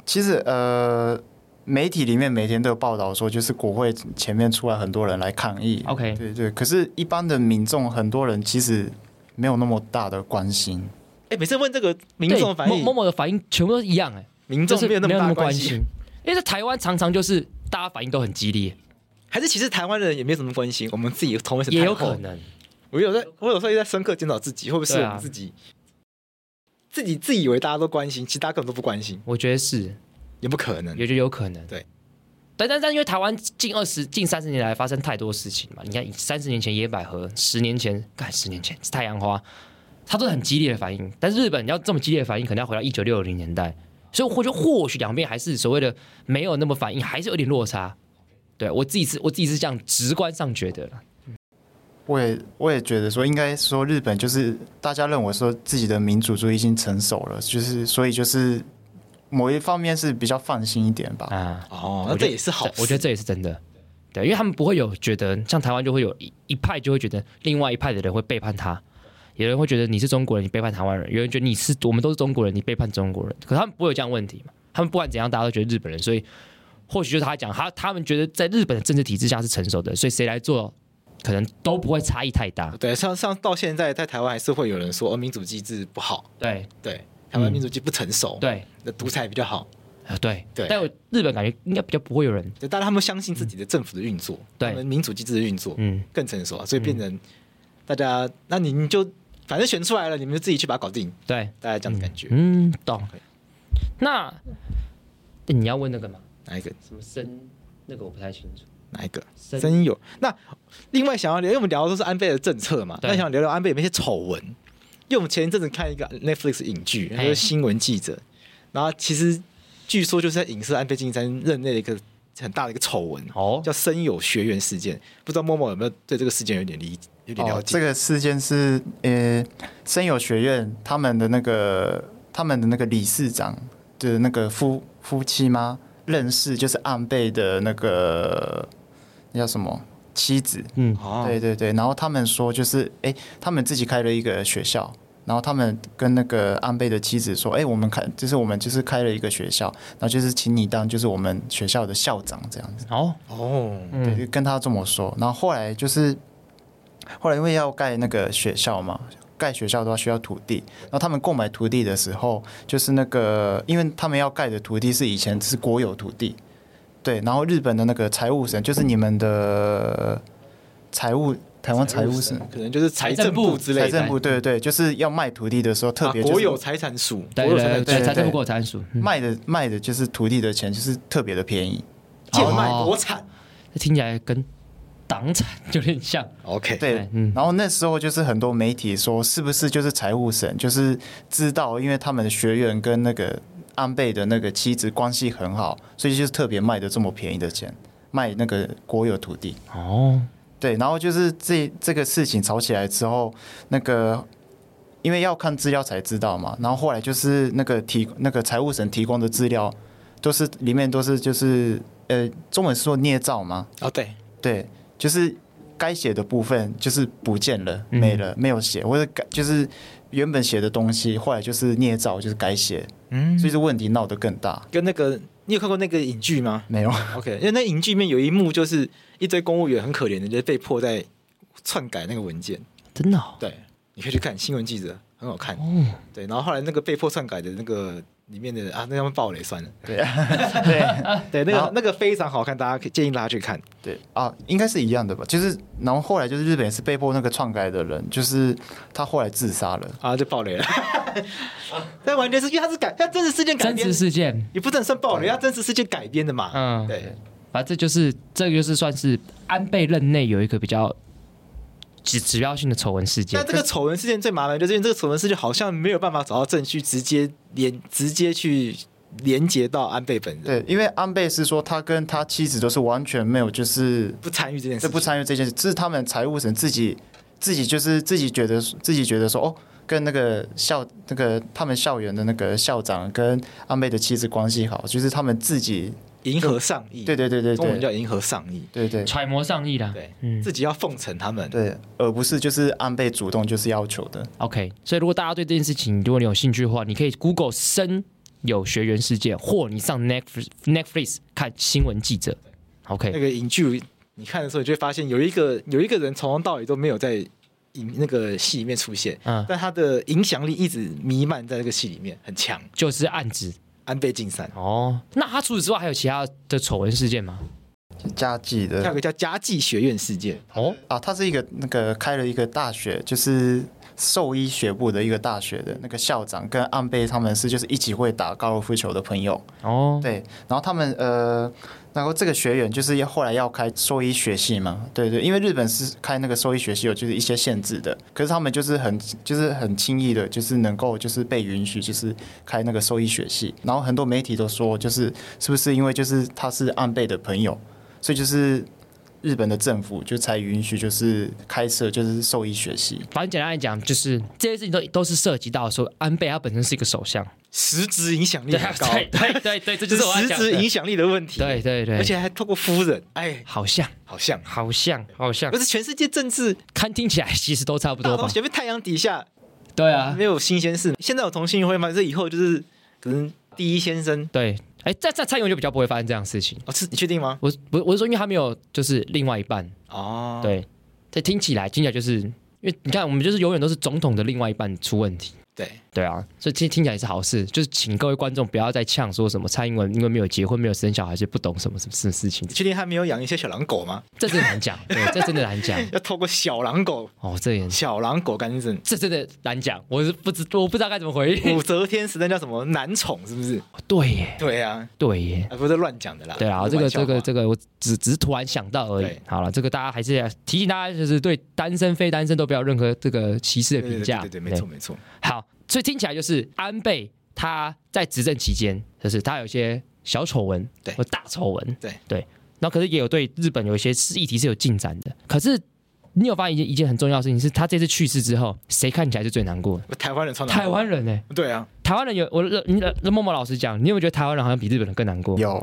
C: 其实呃，媒体里面每天都有报道说，就是国会前面出来很多人来抗议。
A: OK
C: 对对，可是，一般的民众很多人其实没有那么大的关心。
B: 哎，每次问这个民众的反
A: 对某某
B: 应，
A: 某的反应全部都是一样哎、
B: 民
A: 就
B: 众
A: 是
B: 没有那么大
A: 关
B: 关系。
A: 心，因为在台湾常常就是大家反应都很激烈，
B: 还是其实台湾人也没什么关心，我们自己同为是
A: 也有
B: 太后
A: 可。能。
B: 我有在，我有时候也在深刻检讨自己，会不会是
A: 对
B: 我
A: 啊
B: 们自己、自己自以为大家都关心，其实大家根本都不关心，
A: 我觉得是，
B: 也不可能。
A: 也觉得有可能。
B: 对，
A: 但但但因为台湾近二十、近三十年来发生太多事情嘛，你看三十年前野百合，十年前干十年前太阳花，它都是很激烈的反应。但是日本要这么激烈的反应，可能要回到一九六零年代，所以我觉得或许两边还是所谓的没有那么反应，还是有点落差。对我自己是，我自己是这样直观上觉得啦
C: 我也我也觉得说，应该说日本就是大家认为说自己的民主主义已经成熟了，就是所以就是某一方面是比较放心一点吧。
A: 啊。
B: 哦，
A: 我
B: 那
A: 觉
B: 这
A: 得
B: 也是好
A: 这我觉得
B: 得
A: 这也是真的，对，因为他们不会有觉得像台湾就会有一一派就会觉得另外一派的人会背叛他，有人会觉得你是中国人，你背叛台湾人；有人觉得你是我们都是中国人，你背叛中国人。可是他们不会有这样的问题嘛？他们不管怎样，大家都觉得日本人，所以或许就是他讲他他们觉得在日本的政治体制下是成熟的，所以谁来做可能都不会差异太大。
B: 对，像像到现在在台湾还是会有人说，呃，民主机制不好，
A: 对
B: 对，台湾
A: 嗯
B: 民主机制不成熟，
A: 对
B: 那独裁比较好，
A: 呃对
B: 对
A: 但我日本感觉应该比较不会有人
B: 就大家他们相信自己的政府的运作，
A: 嗯对
B: 他们民主机制的运作
A: 嗯。
B: 更成熟啊，所以变成大家，那你你就反正选出来了，你们就自己去把它搞定，
A: 对，
B: 大概这样的感觉。
A: 嗯，懂
B: 对。
A: 那欸你要问那个吗？
B: 哪一个？
A: 什么生？那个我不太清楚。
B: 哪一个？
A: 生
B: 真有。那另外想要聊，因为我们聊的都是安倍的政策嘛，
A: 对
B: 那想聊聊安倍有没有一些丑闻？因为我们前一阵子看一个 Netflix 影剧，
A: 嘿
B: 他是新闻记者，然后其实据说就是在影射安倍晋三任内的一个很大的一个丑闻，
A: 哦
B: 叫森友学园事件。不知道默默有没有对这个事件有点理有点了
C: 哦，
B: 解？
C: 这个事件是呃，生友学院他们的那个他们的那个理事长的那个夫夫妻吗？认识就是安倍的那个那叫什么妻子？
A: 嗯，
B: 哦
C: 对对对。然后他们说就是哎，他们自己开了一个学校。然后他们跟那个安倍的妻子说：“哎，我们开就是我们就是开了一个学校，然后就是请你当就是我们学校的校长这样子。”
A: 哦，
B: 哦，
A: 嗯，
C: 对，就跟他这么说。然后后来就是，后来因为要盖那个学校嘛，盖学校的话需要土地。然后他们购买土地的时候，就是那个，因为他们要盖的土地是以前是国有土地，对。然后日本的那个财务省，就是你们的财务，台湾财务省。
B: 可能就是财政部之类
C: 财
B: 的，
C: 政部对对，就是要卖土地的时候，特别、
B: 啊
C: 就是
B: 国有财产署，
A: 对
B: 国有
A: 对对
B: 财产署
A: 对，
C: 对
A: 财政部
C: 对
A: 过参数，嗯
C: 卖的卖的就是土地的钱，就是特别的便宜。
B: 贱卖
A: 哦
B: 国产。
A: 这听起来跟党产 有点像。
B: OK，
C: 对，
A: 嗯
C: 然后那时候就是很多媒体说，是不是就是财务省就是知道，因为他们的学员跟那个安倍的那个妻子关系很好，所以就是特别卖的这么便宜的钱，卖那个国有土地。
A: 哦，
C: 对，然后就是这这个事情吵起来之后，那个因为要看资料才知道嘛，然后后来就是那个提那个财务省提供的资料，都是里面都是就是呃，中文是说捏造吗？
B: 哦对，
C: 对，就是该写的部分就是不见了，
A: 嗯
C: 没了，没有写，或者改就是原本写的东西，后来就是捏造，就是改写，
B: 嗯，
C: 所以这问题闹得更大。
B: 跟那个你有看过那个影剧吗？
C: 没有，
B: OK，因为那影剧里面有一幕就是一堆公务员很可怜的，就是被迫在篡改那个文件。
A: 真的哦，
B: 对，你可以去看新闻记者，很好看。
A: 哦
B: 对，然后后来那个被迫篡改的那个里面的啊，那他们暴雷算了。
C: 对 对
B: 对，那
C: 然
B: 个
C: 后
B: 那个非常好看，大家可以建议大家去看。
C: 对啊，应该是一样的吧？就是然后后来就是日本也是被迫那个篡改的人，就是他后来自杀了。
B: 啊，就暴雷了。 但完全是因为它是改，它真实事件改
A: 真
B: 编
A: 实，事件，
B: 也不能算暴雷，它真实事件改编的嘛。
A: 嗯，
B: 对，
A: 反正就是这个就是算是安倍任内有一个比较指指标性的丑闻事件
B: 但。这个丑闻事件最麻烦，就是因为这个丑闻事件好像没有办法找到证据，直接连直接去连接到安倍本人，
C: 对，因为安倍是说他跟他妻子都是完全没有就是
B: 不参与这件事
C: 这
B: 情，
C: 不参与这件事，这是他们财务省自己自己就是自己觉得自己觉得说哦，跟那个校那个他们校园的那个校长跟安倍的妻子关系好，就是他们自己
B: 迎合上意，
C: 对对对对
B: 嗯中文
C: 对
B: 叫迎合上意，
C: 对对
A: 揣摩上意啦，
B: 对，
A: 嗯
B: 自己要奉承他们，
C: 对，而不是就是安倍主动就是要求的。
A: OK，所以如果大家对这件事情，如果你有兴趣的话，你可以 Google 生有学员事件，或你上 Netflix Netflix 看新闻记者。
B: 那
A: OK，
B: 个影剧你看的时候，你就会发现有一个有一个人从头到尾都没有在影那个戏里面出现，
A: 嗯，
B: 但他的影响力一直弥漫在这个戏里面，很强。
A: 就是暗指
B: 安倍晋三
A: 哦。那他除此之外还有其他的丑闻事件吗？
C: 家计
B: 还有
C: 的
B: 个叫家计学院事件，
A: 哦，
C: 啊，他是一个那个开了一个大学，就是兽医学部的一个大学的那个校长跟安倍他们是就是一起会打高尔夫球的朋友，
A: 哦，
C: 对，然后他们呃，然后这个学员就是要后来要开兽医学系嘛，对对，因为日本是开那个兽医学系有就是一些限制的，可是他们就是很就是很轻易的，就是能够就是被允许就是开那个兽医学系，然后很多媒体都说就是是不是因为就是他是安倍的朋友，所以就是。日本的政府就才允许，就是开设就是兽医学系，
A: 反正简单来讲，就是这些事情都都是涉及到说安倍他本身是一个首相，
B: 实质影响力
A: 对啊
B: 很高，
A: 对对对对，这
B: 这
A: 就是是我要
B: 实
A: 讲
B: 质
A: 的。
B: 影响力的问题。
A: 对对对，
B: 而且还透过夫人，哎，
A: 好像
B: 好像
A: 好像好像
B: 不，是全世界政治
A: 看听起来其实都差不
B: 大
A: 多
B: 东
A: 吧？
B: 西，被太阳底下
A: 对啊
B: 没，有新鲜事。现在有同性恋会吗？这以后就是可能第一先生
A: 对，哎，在在蔡英文就比较不会发生这样的事情。
B: 哦，是你确定吗？
A: 我我我是说，因为他没有就是另外一半，
B: 哦，，
A: 对，这听起来听起来就是因为你看，我们就是永远都是总统的另外一半出问题。
B: 对，
A: 对啊，所以听听起来是好事，就是请各位观众不要再呛说什么蔡英文因为没有结婚、没有生小孩，就不懂什么什么什么事情
B: 你，确定他没有养一些小狼狗吗？
A: 这真的难 讲，对，这真的难讲。
B: 要透过小狼狗，
A: 哦，这也
B: 小狼狗干净。
A: 这真的难讲，我是不知我不知道该怎么回应。
B: 武则天时代叫什么男宠是不是？
A: 对耶，
B: 对啊，
A: 对耶，
B: 啊不是乱讲的啦。
A: 对啊，这
B: 是
A: 个
B: 玩笑
A: 这
B: 话
A: 个这个，我只只是突然想到而已
B: 对。
A: 好了，这个大家还是要提醒大家，就是对单身非单身都不要有任何这个歧视的
B: 对对
A: 评
B: 对
A: 价。
B: 对对，没错没错。
A: 好，所以听起来就是安倍他在执政期间，就是他有一些小丑闻，
B: 对
A: 或大丑闻，
B: 对
A: 对。那可是也有对日本有一些事议题是有进展的。可是你有发现一件一件很重要的事情是，他这次去世之后，谁看起来是最难过的？
B: 台湾人穿
A: 台湾人呢、
B: 对 啊，
A: 台湾人有我你默默老实讲，你有没有觉得台湾人好像比日本人更难过？
C: 有，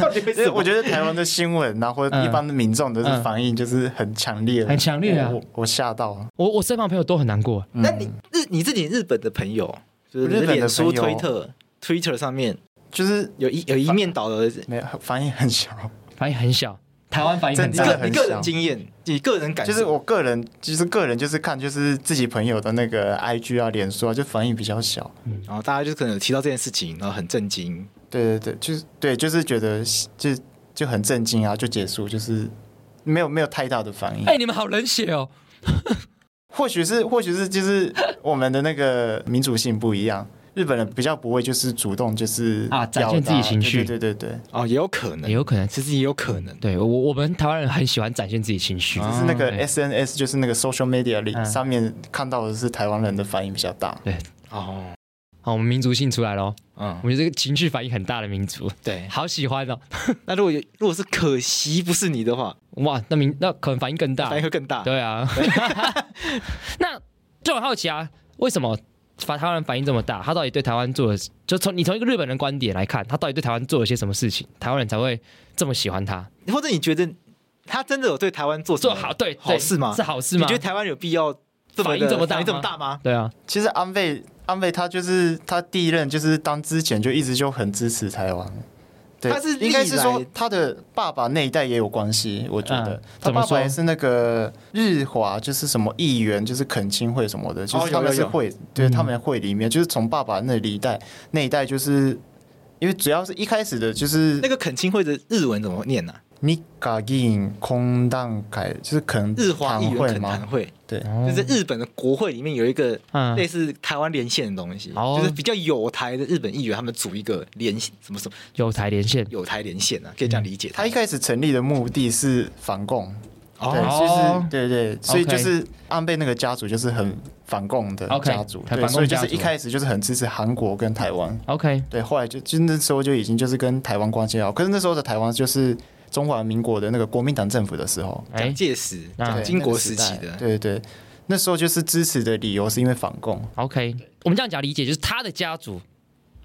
B: 到底为
C: 因为
B: 什
C: 我
B: 么？
C: 觉得台湾的新闻，然后或者一般的民众的反应就是很强烈，
A: 嗯很强烈啊
C: 我我吓到，
A: 我我身旁朋友都很难过，
B: 那你日你自己日本的朋友，就是你
C: 日本的
B: 脸书、
C: 朋
B: 推
C: 友
B: 特、Twitter 上面
C: 就是
B: 有一有一面倒的，
C: 没有反应很小，
A: 反应很小，台湾反应很
B: 你
C: 真
A: 大
C: 的。
B: 个
C: 很
B: 你个人
C: 像
B: 经验，你个人感受，
C: 就是我个人，就是个人，就是看就是自己朋友的那个 IG 啊、脸书啊，就反应比较小。
B: 然后哦大家就可能有提到这件事情，然后很震惊。
C: 对对对，就是对，就是觉得就就很震惊啊，就结束，就是没有没有太大的反应
A: 哎、。你们好冷血哦！
C: 或许是或许是就是我们的那个民主性不一样，日本人比较不会就是主动就是
A: 啊展现
C: 表达
A: 自己情绪
C: 对对对对。
B: 哦，也有可能，
A: 也有可能，
B: 其实也有可能。
A: 对我我们台湾人很喜欢展现自己情绪，
C: 就是那个
A: 对
C: SNS，就是那个 social media 里、
A: 嗯
C: 上面看到的是台湾人的反应比较大。
B: 哦，
A: 好，我们民族性出来咯，
B: 嗯
A: 我，们这个情绪反应很大的民族，
B: 对。
A: 好喜欢哦！
B: 那如果有如果是可惜不是你的话，
A: 哇，那民那可能反应更大
B: 反应，会更大。
A: 对啊。 那就很好奇啊，为什么反台湾人反应这么大？他到底对台湾做了，就从你从一个日本人观点来看，他到底对台湾做了些什么事情，台湾人才会这么喜欢他？
B: 或者你觉得他真的有对台湾做什
A: 做
B: 么
A: 好对对
B: 好事吗？
A: 是好事
B: 你
A: 吗
B: 觉？得台湾有必要这么
A: 反应这么大
B: 反应这么
A: 吗
B: 大吗？
A: 对啊，
C: 其实安倍安倍他就是他第一任就是当之前就一直就很支持台湾。对，
B: 他是历来啊
C: 应该是说他的爸爸那一代也有关系，我觉得、
A: 嗯
C: 他
A: 怎么
C: 爸
A: 说
C: 爸也是那个日华，就是什么议员，就是恳亲会什么的，就是他
B: 哦
C: 们
B: 有
C: 是
B: 有有嗯
C: 会，对，他们会里面就是从爸爸那一代那一代，就是因为主要是一开始的就是
B: 那个恳亲会的日文怎么念呢、啊
C: 尼嘎印空荡改，就是恳
B: 日华议
C: 堂
B: 员
C: 会
B: 恳谈
C: 吗？
B: 会，
C: 对，
B: 就是日本的国会里面有一个
A: 嗯
B: 类似台湾连线的东西，
A: 哦
B: 就是比较有台的日本议员，他们组一个连什么什么
A: 有台连线，
B: 有台连线啊，可以这样理解
A: 嗯
B: 它。
C: 他一开始成立的目的是反共，对，
B: 哦，
C: 就
A: 哦
C: 是对对，所以就是安倍那个家族就是很反共的
A: OK，
C: 家族，
A: 很
C: 对，
A: 反共
C: 所以就
A: 家
C: 是
A: 族
C: 一开始就是很支持韩国跟台湾，
A: OK，
C: 对，后来就就那时候就已经就是跟台湾关系好，可是那时候的台湾就是中华民国的那个国民党政府的时候，
A: 哎、
B: 蒋介石、
A: 啊
B: 蒋
C: 对
B: 经
C: 那个
B: 国时期
C: 代
B: 的，
C: 对对对，那时候就是支持的理由是因为反共，
A: o k 我们这样讲理解就是他的家族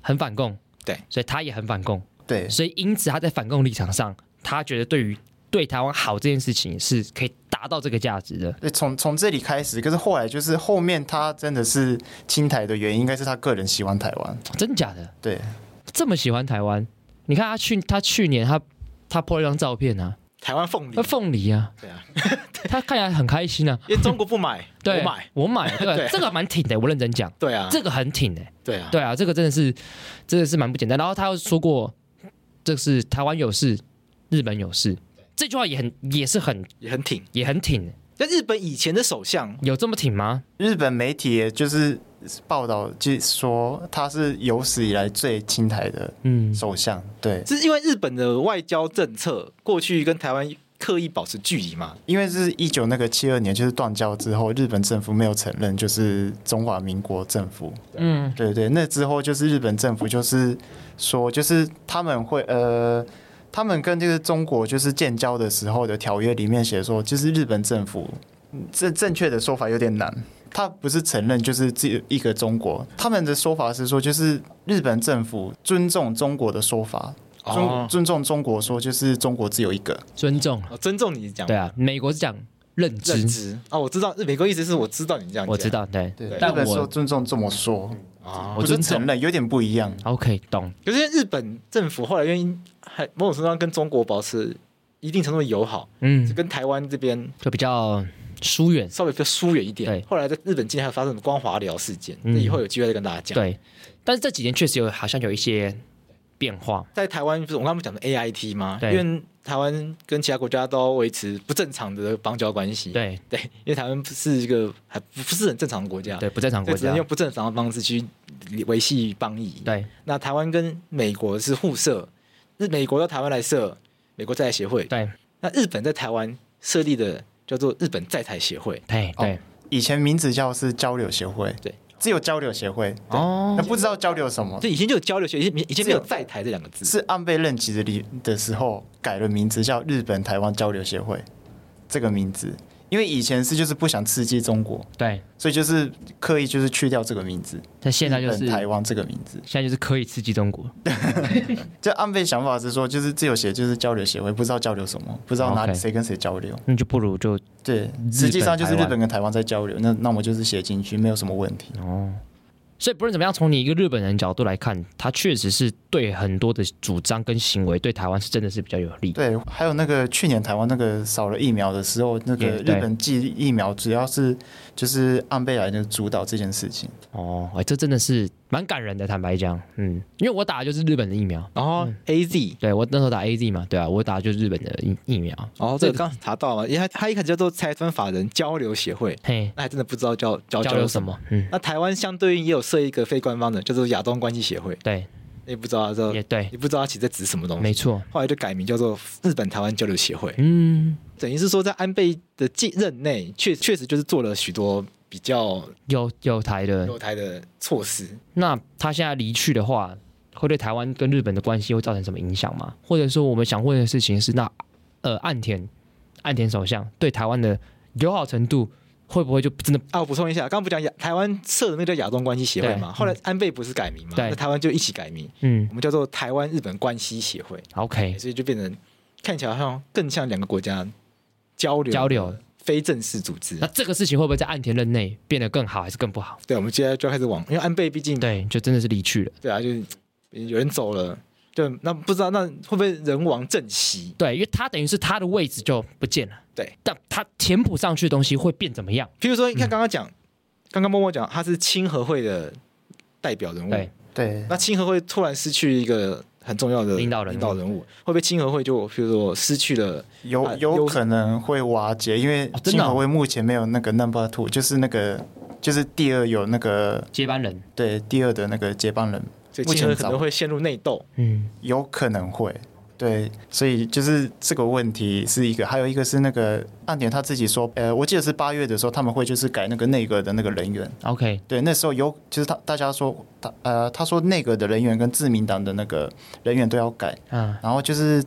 A: 很反共，
B: 对，
A: 所以他也很反共。
C: 对
A: 所以因此他在反共立场上，他觉得对于对台湾好这件事情是可以达到这个价值的。
C: 对，从从这里开始，可是后来就是后面他真的是亲台的原因，应该是他个人喜欢台湾，
A: 真假的？
C: 对，
A: 这么喜欢台湾？你看他去他去年他他 po 了一张照片啊，
B: 台湾凤梨
A: 那，凤梨啊，
B: 对啊，
A: 他看起来很开心啊。
B: 因为中国不买，
A: 对，
B: 我买，
A: 我买，对，
B: 对
A: 这个蛮挺的，我认真讲，
B: 对啊，
A: 这个很挺的、
B: 对啊，
A: 对啊，这个真的是真的是蛮不简单。然后他又说过，这是台湾有事，日本有事。这句话也很也是很
B: 也很挺。
A: 也很挺，
B: 但日本以前的首相
A: 有这么挺吗？
C: 日本媒体也就是报道，就说他是有史以来最亲台的
A: 嗯，
C: 首相。对，
B: 是因为日本的外交政策过去跟台湾刻意保持距离嘛，
C: 因为是一九那个七二年就是断交之后，日本政府没有承认就是中华民国政府。
A: 嗯，
C: 对对，那之后就是日本政府就是说，就是他们会呃，他们跟这个中国就是建交的时候的条约里面写说，就是日本政府嗯正正确的说法有点难。他不是承认就是自己一个中国，他们的说法是说，就是日本政府尊重中国的说法，尊、
B: 哦
C: 尊重中国说就是中国只有一个，
A: 尊重，
B: 哦尊重你讲
A: 对啊，美国是讲认知，
B: 认知啊、哦，我知道美国意思是我知道你这样讲，
A: 我知道，对，
C: 对，
B: 对
C: 日
A: 但
C: 本说
A: 我
C: 尊重这么说，
B: 啊、
A: 我
C: 不是
A: 尊重
C: 承认有点不一样。
A: OK 懂，
B: 可是日本政府后来愿意还某种程度上跟中国保持一定程度的友好，
A: 嗯
B: 就，跟台湾这边
A: 就比较疏远，
B: 稍微比较疏远一点
A: 对。
B: 后来在日本境内还有发生光华寮事件，那、
A: 嗯
B: 以后有机会再跟大家讲。
A: 对，但是这几年确实有好像有一些变化，
B: 在台湾不是我刚刚讲的 AIT 吗？因
A: 对
B: 为台湾跟其他国家都维持不正常的邦交关系。
A: 对
B: 对，因为台湾不是一个还不不是很正常的国家，
A: 对，不正常
B: 所
A: 国
B: 以只
A: 家
B: 能，用不正常的方式去维系邦谊。
A: 对，
B: 那台湾跟美国是互设，日美国到台湾来设美国在台协会，
A: 对，
B: 那日本在台湾设立的叫做日本在台协会。
A: 对，
C: 哦
A: 对，
C: 以前名字叫是交流协会，
B: 对，
C: 只有交流协会，
A: 哦
C: 那，不知道交流什么，
B: 对，以前就有交流学，以前以前没有在台这两个字。
C: 是安倍任期的里的时候改了名字，叫日本台湾交流协会这个名字，因为以前是就是不想刺激中国，
A: 对，
C: 所以就是刻意就是去掉这个名字，
A: 但现在就
C: 日
A: 是
C: 本台
A: 现
C: 湾这个名字。
A: 在就是可以刺激中国，
C: 就安倍想法是说，就是自由协就是交流协会，不知道交流什么，不知道哪里
A: OK
C: 谁跟谁交流。
A: 那就不如就
C: 对，
A: 本
C: 实际上就是
A: 台
C: 日
A: 湾
C: 本跟台湾在交流，那那我就是写进去，没有什么问题。
A: 哦。所以不论怎么样，从你一个日本人角度来看，他确实是对很多的主张跟行为对台湾是真的是比较有利。
C: 对，还有那个去年台湾那个少了疫苗的时候，那个
A: 也
C: 日
A: 对
C: 本寄疫苗，主要是就是安倍来的主导这件事情。
A: 哦，哎，这真的是蛮感人的，坦白讲，嗯，因为我打的就是日本的疫苗，
B: 然后 A Z，
A: 对我那时候打 A Z 嘛，对啊，我打的就是日本的疫疫苗，
B: 哦，这个刚查到嘛，因为他他一开始叫做财团法人交流协会，
A: 嘿，
B: 那还真的不知道叫
A: 交
B: 叫哦交
A: 流
B: 流
A: 什
B: 什么。
A: 么？嗯，
B: 那台湾相对应也有设一个非官方的，叫做亚东关系协会，
A: 对，
B: 也不知道这
A: 也对，
B: 也不知道他其实在呃指什么东西。
A: 没错，
B: 后来就改名叫做日本台湾交流协会。
A: 嗯，
B: 等于是说，在安倍的继任内，确确实就是做了许多比较
A: 有有台的，
B: 有台的措施。
A: 那他现在离去的话，会对台湾跟日本的关系会造成什么影响吗？或者说，我们想问的事情是，那呃，岸田岸田首相对台湾的友好程度会不会就真的
B: 啊，我补充一下，刚刚不讲亚台湾设的那个叫亚东关系协会嘛，
A: 对
B: 后来安倍不是改名嘛，
A: 对
B: 那台湾就一起改名，
A: 嗯
B: 我们叫做台湾日本关系协会，
A: ，OK，
B: 所以就变成看起来好像更像两个国家交流
A: 交流
B: 非正式组织
A: 那。这个事情会不会在岸田任内变得更好还是更不好？
B: 对，我们接下来就要开始往，因为安倍毕竟
A: 对，就真的是离去了。
B: 对啊，就是有人走了，就那不知道那会不会人亡政息？
A: 对，因为他等于是他的位置就不见了。
B: 对，
A: 但他填补上去的东西会变怎么样？
B: 譬如说，你看刚刚讲，刚刚默默讲他是亲和会的代表人物，
A: 对，
C: 对，
B: 那亲和会突然失去一个很重要的
A: 领导人物
B: 领导人物，会不会亲和会就譬如说失去了啊
C: 有
B: 有
C: 有可能会瓦解，因为
A: 哦真
C: 金
A: 的哦
C: 合会目前没有那个 number two，就是那个就是第二有那个
A: 接班人，
C: 对第二的那个接班人，
B: 所以
C: 目
B: 亲和
C: 前
B: 可能会陷入内斗。
A: 嗯，
C: 有可能会。对，所以就是这个问题是一个，还有一个是那个岸田他自己说，呃，我记得是八月的时候他们会就是改那个内阁的那个人员，
A: OK，
C: 对，那时候有，就是他大家说他呃，他说内阁的人员跟自民党的那个人员都要改，
A: 啊，
C: 然后就是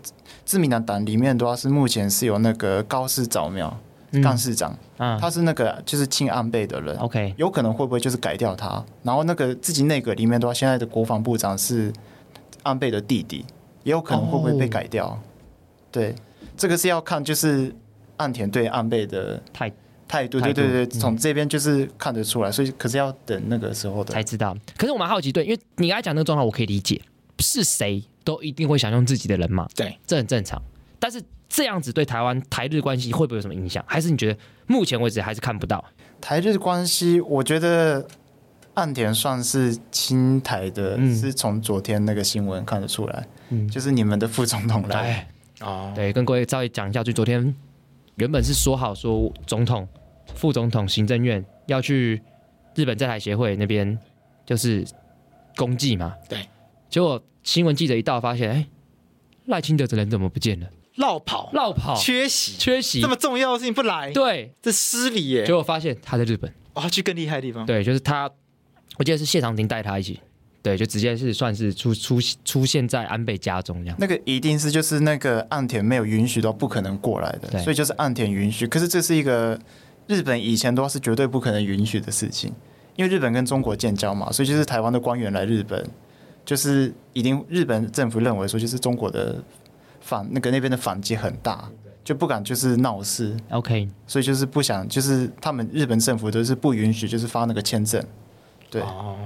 C: 自民党党里面的话是目前是有那个高市早苗
A: 嗯哦
C: 干事长，
A: 啊
C: 他是那个就是亲安倍的人，
A: ，OK，
C: 有可能会不会就是改掉他？然后那个自己内阁里面的话，现在的国防部长是安倍的弟弟，也有可能会不会被改
A: 哦
C: 掉？对，这个是要看就是岸田对安倍的
A: 态
C: 态度，
A: 态
C: 对
A: 度
C: 对对，
A: 嗯
C: 从这边就是看得出来，所以可是要等那个时候的
A: 才知道。可是我蛮好奇，对，因为你刚才讲那个状况，我可以理解，是谁都一定会想用自己的人嘛，
B: 对，
A: 这很正常。但是这样子对台湾台日关系会不会有什么影响？还是你觉得目前为止还是看不到？
C: 台日关系，我觉得岸田算是亲台的，
A: 嗯
C: 是从昨天那个新闻看得出来，
A: 嗯
C: 就是你们的副总统来，
A: 哎，
B: 哦，
A: 对，跟各位稍微讲一下，就昨天原本是说好说总统、副总统、行政院要去日本在台协会那边，就是公祭嘛。
B: 对。
A: 结果新闻记者一到，发现哎，赖清德这人怎么不见了？
B: 绕跑、
A: 绕跑，
B: 缺席，
A: 缺席
B: 这。么重要的事情不来，
A: 对。
B: 这失礼耶
A: 结！果发现他在日本。
B: 哦，他去更厉害的地方，
A: 对，就是他，我记得是谢长廷带他一起。对，就直接是算是出出出现在安倍家中这样。
C: 那个一定是就是那个岸田没有允许到不可能过来的，
A: 对
C: 所以就是岸田允许。可是这是一个日本以前都是绝对不可能允许的事情，因为日本跟中国建交嘛，所以就是台湾的官员来日本，就是一定日本政府认为说就是中国的反那个那边的反击很大，就不敢就是闹事，
A: OK，
C: 所以就是不想就是他们日本政府都是不允许就是发那个签证，对，
B: 哦，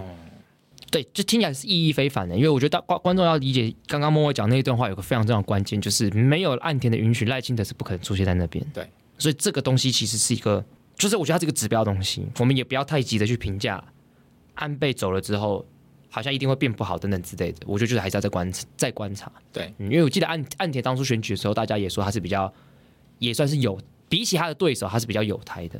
A: 对，就听起来是意义非凡的，因为我觉得大观观众要理解刚刚默默讲那一段话有个非常重要的关键，就是没有岸田的允许，赖清德是不可能出现在那边。
B: 对，
A: 所以这个东西其实是一个，就是我觉得它是一个指标的东西，我们也不要太急着去评价安倍走了之后好像一定会变不好等等之类的，我觉得就是还是要再观再观察。
B: 对
A: 嗯，因为我记得岸岸田当初选举的时候，大家也说他是比较也算是有比起他的对手，他是比较有台的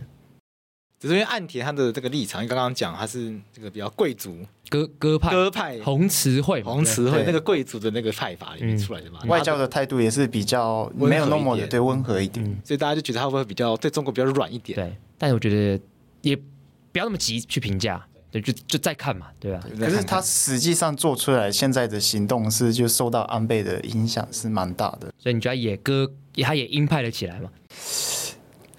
B: 只是因为岸田他的这个立场，因为刚刚讲他是这个比较贵族
A: 鸽鸽派
B: 鸽派
A: 红词会嘛
B: 红词会
C: 对
B: 那个贵族的那个派法里面
A: 嗯
B: 出来的嘛，
C: 外交的态度也是比较没有那
B: 温和
C: 么
B: 一
C: 的
B: 点嗯
C: 对温和一点。
B: 所以大家就觉得他会不会比较对中国比较软一点？
A: 对，但是我觉得也不要那么急去评价，对，就就再看嘛，对吧、
B: 对不对
C: 可是他实际上做出来现在的行动是就受到安倍的影响是蛮大的，
A: 所以你觉得野哥也他也鹰派了起来嘛？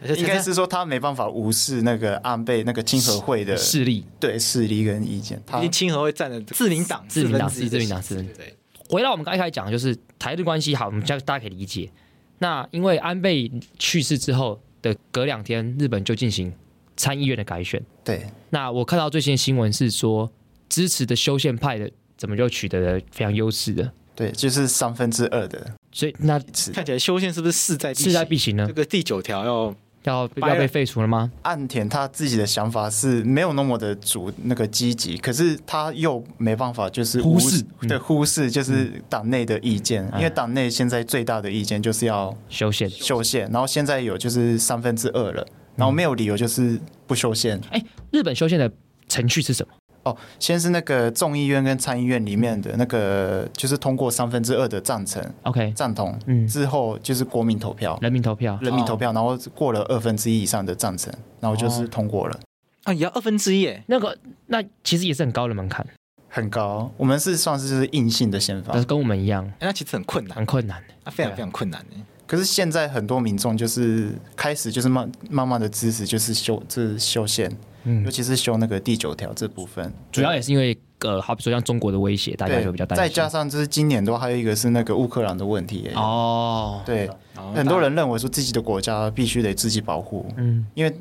B: 而且
C: 应该是说他没办法无视那个安倍那个亲和会的
A: 势力
C: 对势力跟意见，他
B: 因为亲和会占了自民党
A: 自民党
B: 四分之一
A: 自
B: 的
A: 民党
B: 席
A: 自民
B: 对
A: 回到我们刚才开始讲的，就是台日关系好，我们这样大家可以理解。那因为安倍去世之后的隔两天，日本就进行参议院的改选。
C: 对
A: 那我看到最新的新闻是说，支持的修宪派的怎么就取得了非常优势的，
C: 对就是三分之二的
A: 所以那
C: 是
B: 看起来修宪是不是势在必
A: 势在必行呢
B: 这，个第九条要
A: 要
B: 白了
A: 要被废除了吗？
C: 岸田他自己的想法是没有那么的主那个积极，可是他又没办法就是
A: 忽
C: 无
A: 视嗯
C: 对忽视就是党内的意见，因为党内现在最大的意见就是要
A: 修宪？
C: 修宪，然后现在有就是三分之二了，然后没有理由就是不修宪。
A: 哎，日本修宪的程序是什么？
C: 哦，先是那个众议院跟参议院里面
A: 嗯
C: 的那个，就是通过三分之二的赞成
A: OK，
C: 赞同，
A: 嗯
C: 之后就是国民投票，
A: 人民投票。
C: 人民投票，然后过了二分之一以上的赞成，然后就是通过了，
B: 啊，也要二分之一耶，
A: 那个那其实也是很高的门槛，
C: 很高。我们是算是就是硬性的宪法
A: 但，是跟我们一样
B: 哎那其实很困难，
A: 很困难。
B: 啊，非常
A: 对啊
B: 非常困难耶
C: 可是现在很多民众就是开始就是慢慢慢的支持就是修这修宪，尤
A: 嗯，
C: 其是修那个第九条这部分，
A: 主要也是因为呃，好比说像中国的威胁，大家
C: 对
A: 就比较担心。
C: 再加上就是今年都还有一个是那个乌克兰的问题耶、
A: 哦，
C: 对，
B: 哦
C: 很多人认为说自己的国家必须得自己保护，
A: 嗯，
C: 因为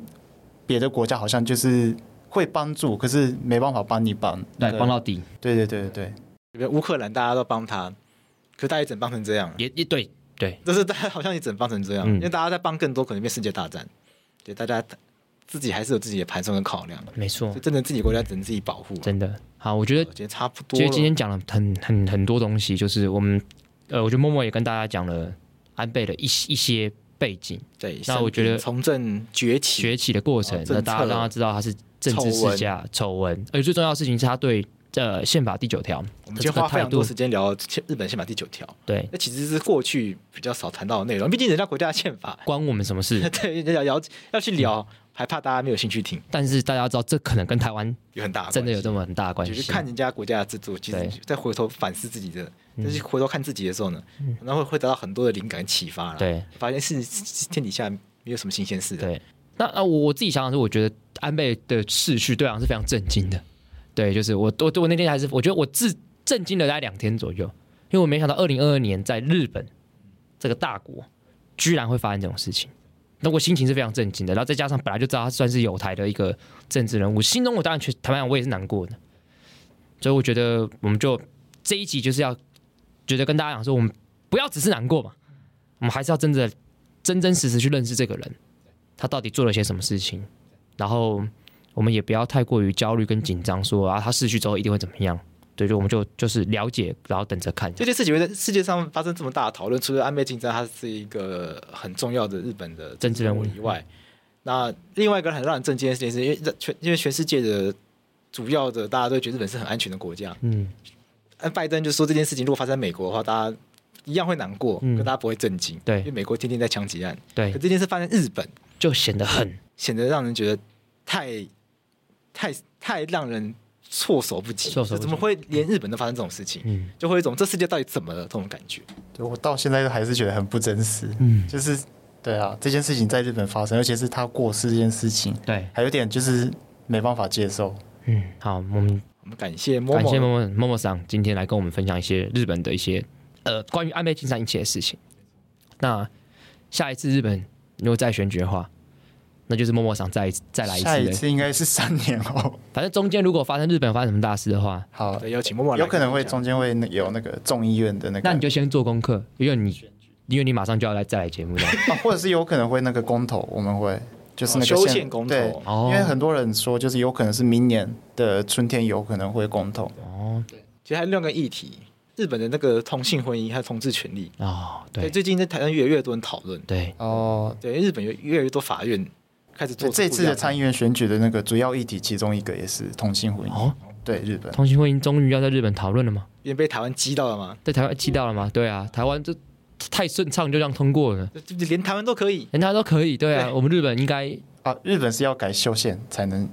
C: 别的国家好像就是会帮助，可是没办法帮你帮。
A: 对
C: 那，个
A: 帮到底
C: 对对对对对，
B: 比如乌克兰大家都帮他，可大家一整帮成这样，
A: 也也对对，
B: 但是大家好像一整帮成这样，
A: 嗯
B: 因为大家在帮更多，可能变世界大战，对，大家自己还是有自己的盘算跟考量，
A: 没错
B: 就，真的自己国家只能自己保护啊。
A: 真的好，我觉
B: 我
A: 得
B: 觉得差不多
A: 其
B: 了
A: 实。今天讲了很很很多东西，就是我们呃，我觉得默默也跟大家讲了安倍的一些一些背景、
B: 对，
A: 那我觉得
B: 从政崛起，
A: 崛起的过程
B: 哦，
A: 那
B: 政策
A: 大家让他知道他是政治
B: 丑闻
A: 世家丑闻，而且最重要的事情是他对呃宪法第九条，
B: 我们今天花非常多时间聊日本宪法第九条，
A: 对，
B: 那其实是过去比较少谈到的内容，毕竟人家国家的宪法，
A: 关我们什么事？
B: 对，要要要去聊，还怕大家没有兴趣听，
A: 但是大家知道，这可能跟台湾
B: 有很大关系
A: 真的有这么很大的关
B: 就
A: 系。
B: 是看人家国家的制度，其实
A: 对嗯
B: 再回头反思自己的，但是回头看自己的时候呢，然后会得到很多的灵感启发啦。，
A: 对
B: 发现是是天底下没有什么新鲜事的。
A: 对，那那我我自己想想是，我觉得安倍的逝去对我来讲是非常震惊的。对，就是我我我那天还是我觉得我自震惊了大概两天左右，因为我没想到二零二二年在日本这个大国居然会发生这种事情。那我心情是非常震惊的，然后再加上本来就知道他算是有台的一个政治人物，心中我当然去坦白讲我也是难过的，所以我觉得我们就这一集就是要觉得跟大家讲说，我们不要只是难过嘛，我们还是要真的真真实实去认识这个人，他到底做了些什么事情，然后我们也不要太过于焦虑跟紧张，说啊他逝去之后一定会怎么样，对，就我们就就是了解，然后等着看。
B: 这件事情会在世界上发生这么大的讨论，除了安倍晋三他是一个很重要的日本的
A: 政治人物嗯
B: 以外，那另外一个很让人震惊的事情是，因为全因为全世界的主要的大家都觉得日本是很安全的国家，
A: 嗯，
B: 按拜登就说这件事情如果发生在美国的话，大家一样会难过，
A: 嗯
B: 跟大家不会震惊，
A: 对
B: 因为美国天天在枪击案，
A: 对
B: 可，这件事发生在日本，
A: 就显得很
B: 显得让人觉得太太太让人措手不及，
A: 措手不及
B: 怎么会连日本都发生这种事情？
A: 嗯
B: 就会有一种这世界到底怎么了这种感觉。
C: 对我到现在都还是觉得很不真实，
A: 嗯，
C: 就是对啊，这件事情在日本发生，而且是他过世这件事情，
A: 对，
C: 还有点就是没办法接受。
A: 嗯，好，我们
B: 我们感谢某
A: 感
B: 某
A: 谢默默默默桑今天来跟我们分享一些日本的一些呃关于安倍晋三一切的事情。那下一次日本如果再选举的话，那就是默默桑再一次再来一
C: 下
A: 次
C: 一
A: 了。
C: 次应该是三年 后，
A: 反正中间如果发生日本发生什么大事的话，
C: 好，
B: 对邀请默默来，
C: 有可能会中间会那有那个众议院的那个，
A: 那你就先做功课，因为你因为你马上就要来再来节 目了。
C: 啊，或者是有可能会那个公投，我们会就是
B: 哦
C: 那个
B: 修
C: 宪
B: 宪公投
C: 对，
A: 哦
C: 因为很多人说就是有可能是明年的春天有可能会公投，
A: 哦
B: 其实还有另外一个议题，日本的那个同性婚姻还有同志权利，
A: 哦，
B: 对，
A: 对
B: 最近在台湾越来越多人讨论，
A: 对，
C: 哦，
B: 对，因为日本有越来越多法院开始做
C: 对，这次的参议
B: 与
C: 院选举的那个主要议题，其中一个也是同性婚姻，
A: 哦，
C: 对日本，
A: 同性婚姻终于要在日本讨论了吗？
B: 也被台湾激到了嘛，
A: 在台湾气到了吗？对啊，台湾这太顺畅就这样通过了，
B: 就就连台湾都可以。
A: 连他都可以。对啊，
B: 对
A: 我们日本应该
C: 啊，日本是要改修宪才能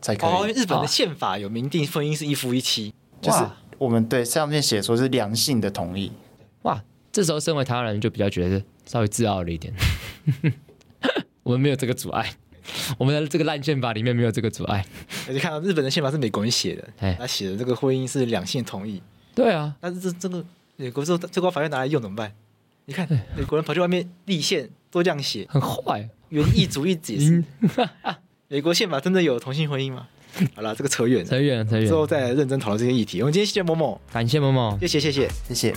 C: 才可
B: 哦，因为
C: 以，
B: 日本的宪法有明定婚姻是一夫一妻，
C: 就是
A: 哇
C: 我们对上面写说是良性的同意，
A: 哇，这时候身为台湾人就比较觉得稍微自傲了一点， 我们没有这个阻碍。我们的这个烂宪法里面没有这个阻碍，
B: 而且看到日本的宪法是美国人写的
A: 哎，
B: 他写的这个婚姻是两性同意，
A: 对啊，
B: 但是这这个美国最后最高法院拿来用怎么办？你看美国人跑去外面立宪都这样写，
A: 很坏，
B: 原意主义解释， 美国宪法真的有同性婚姻吗？好了，这个扯远了，
A: 扯远了，扯远
B: 之后
A: 了。
B: 再认真讨论这些议题。我们今天谢谢某某，
A: 感谢某某，
B: 谢谢谢谢。
C: 谢谢。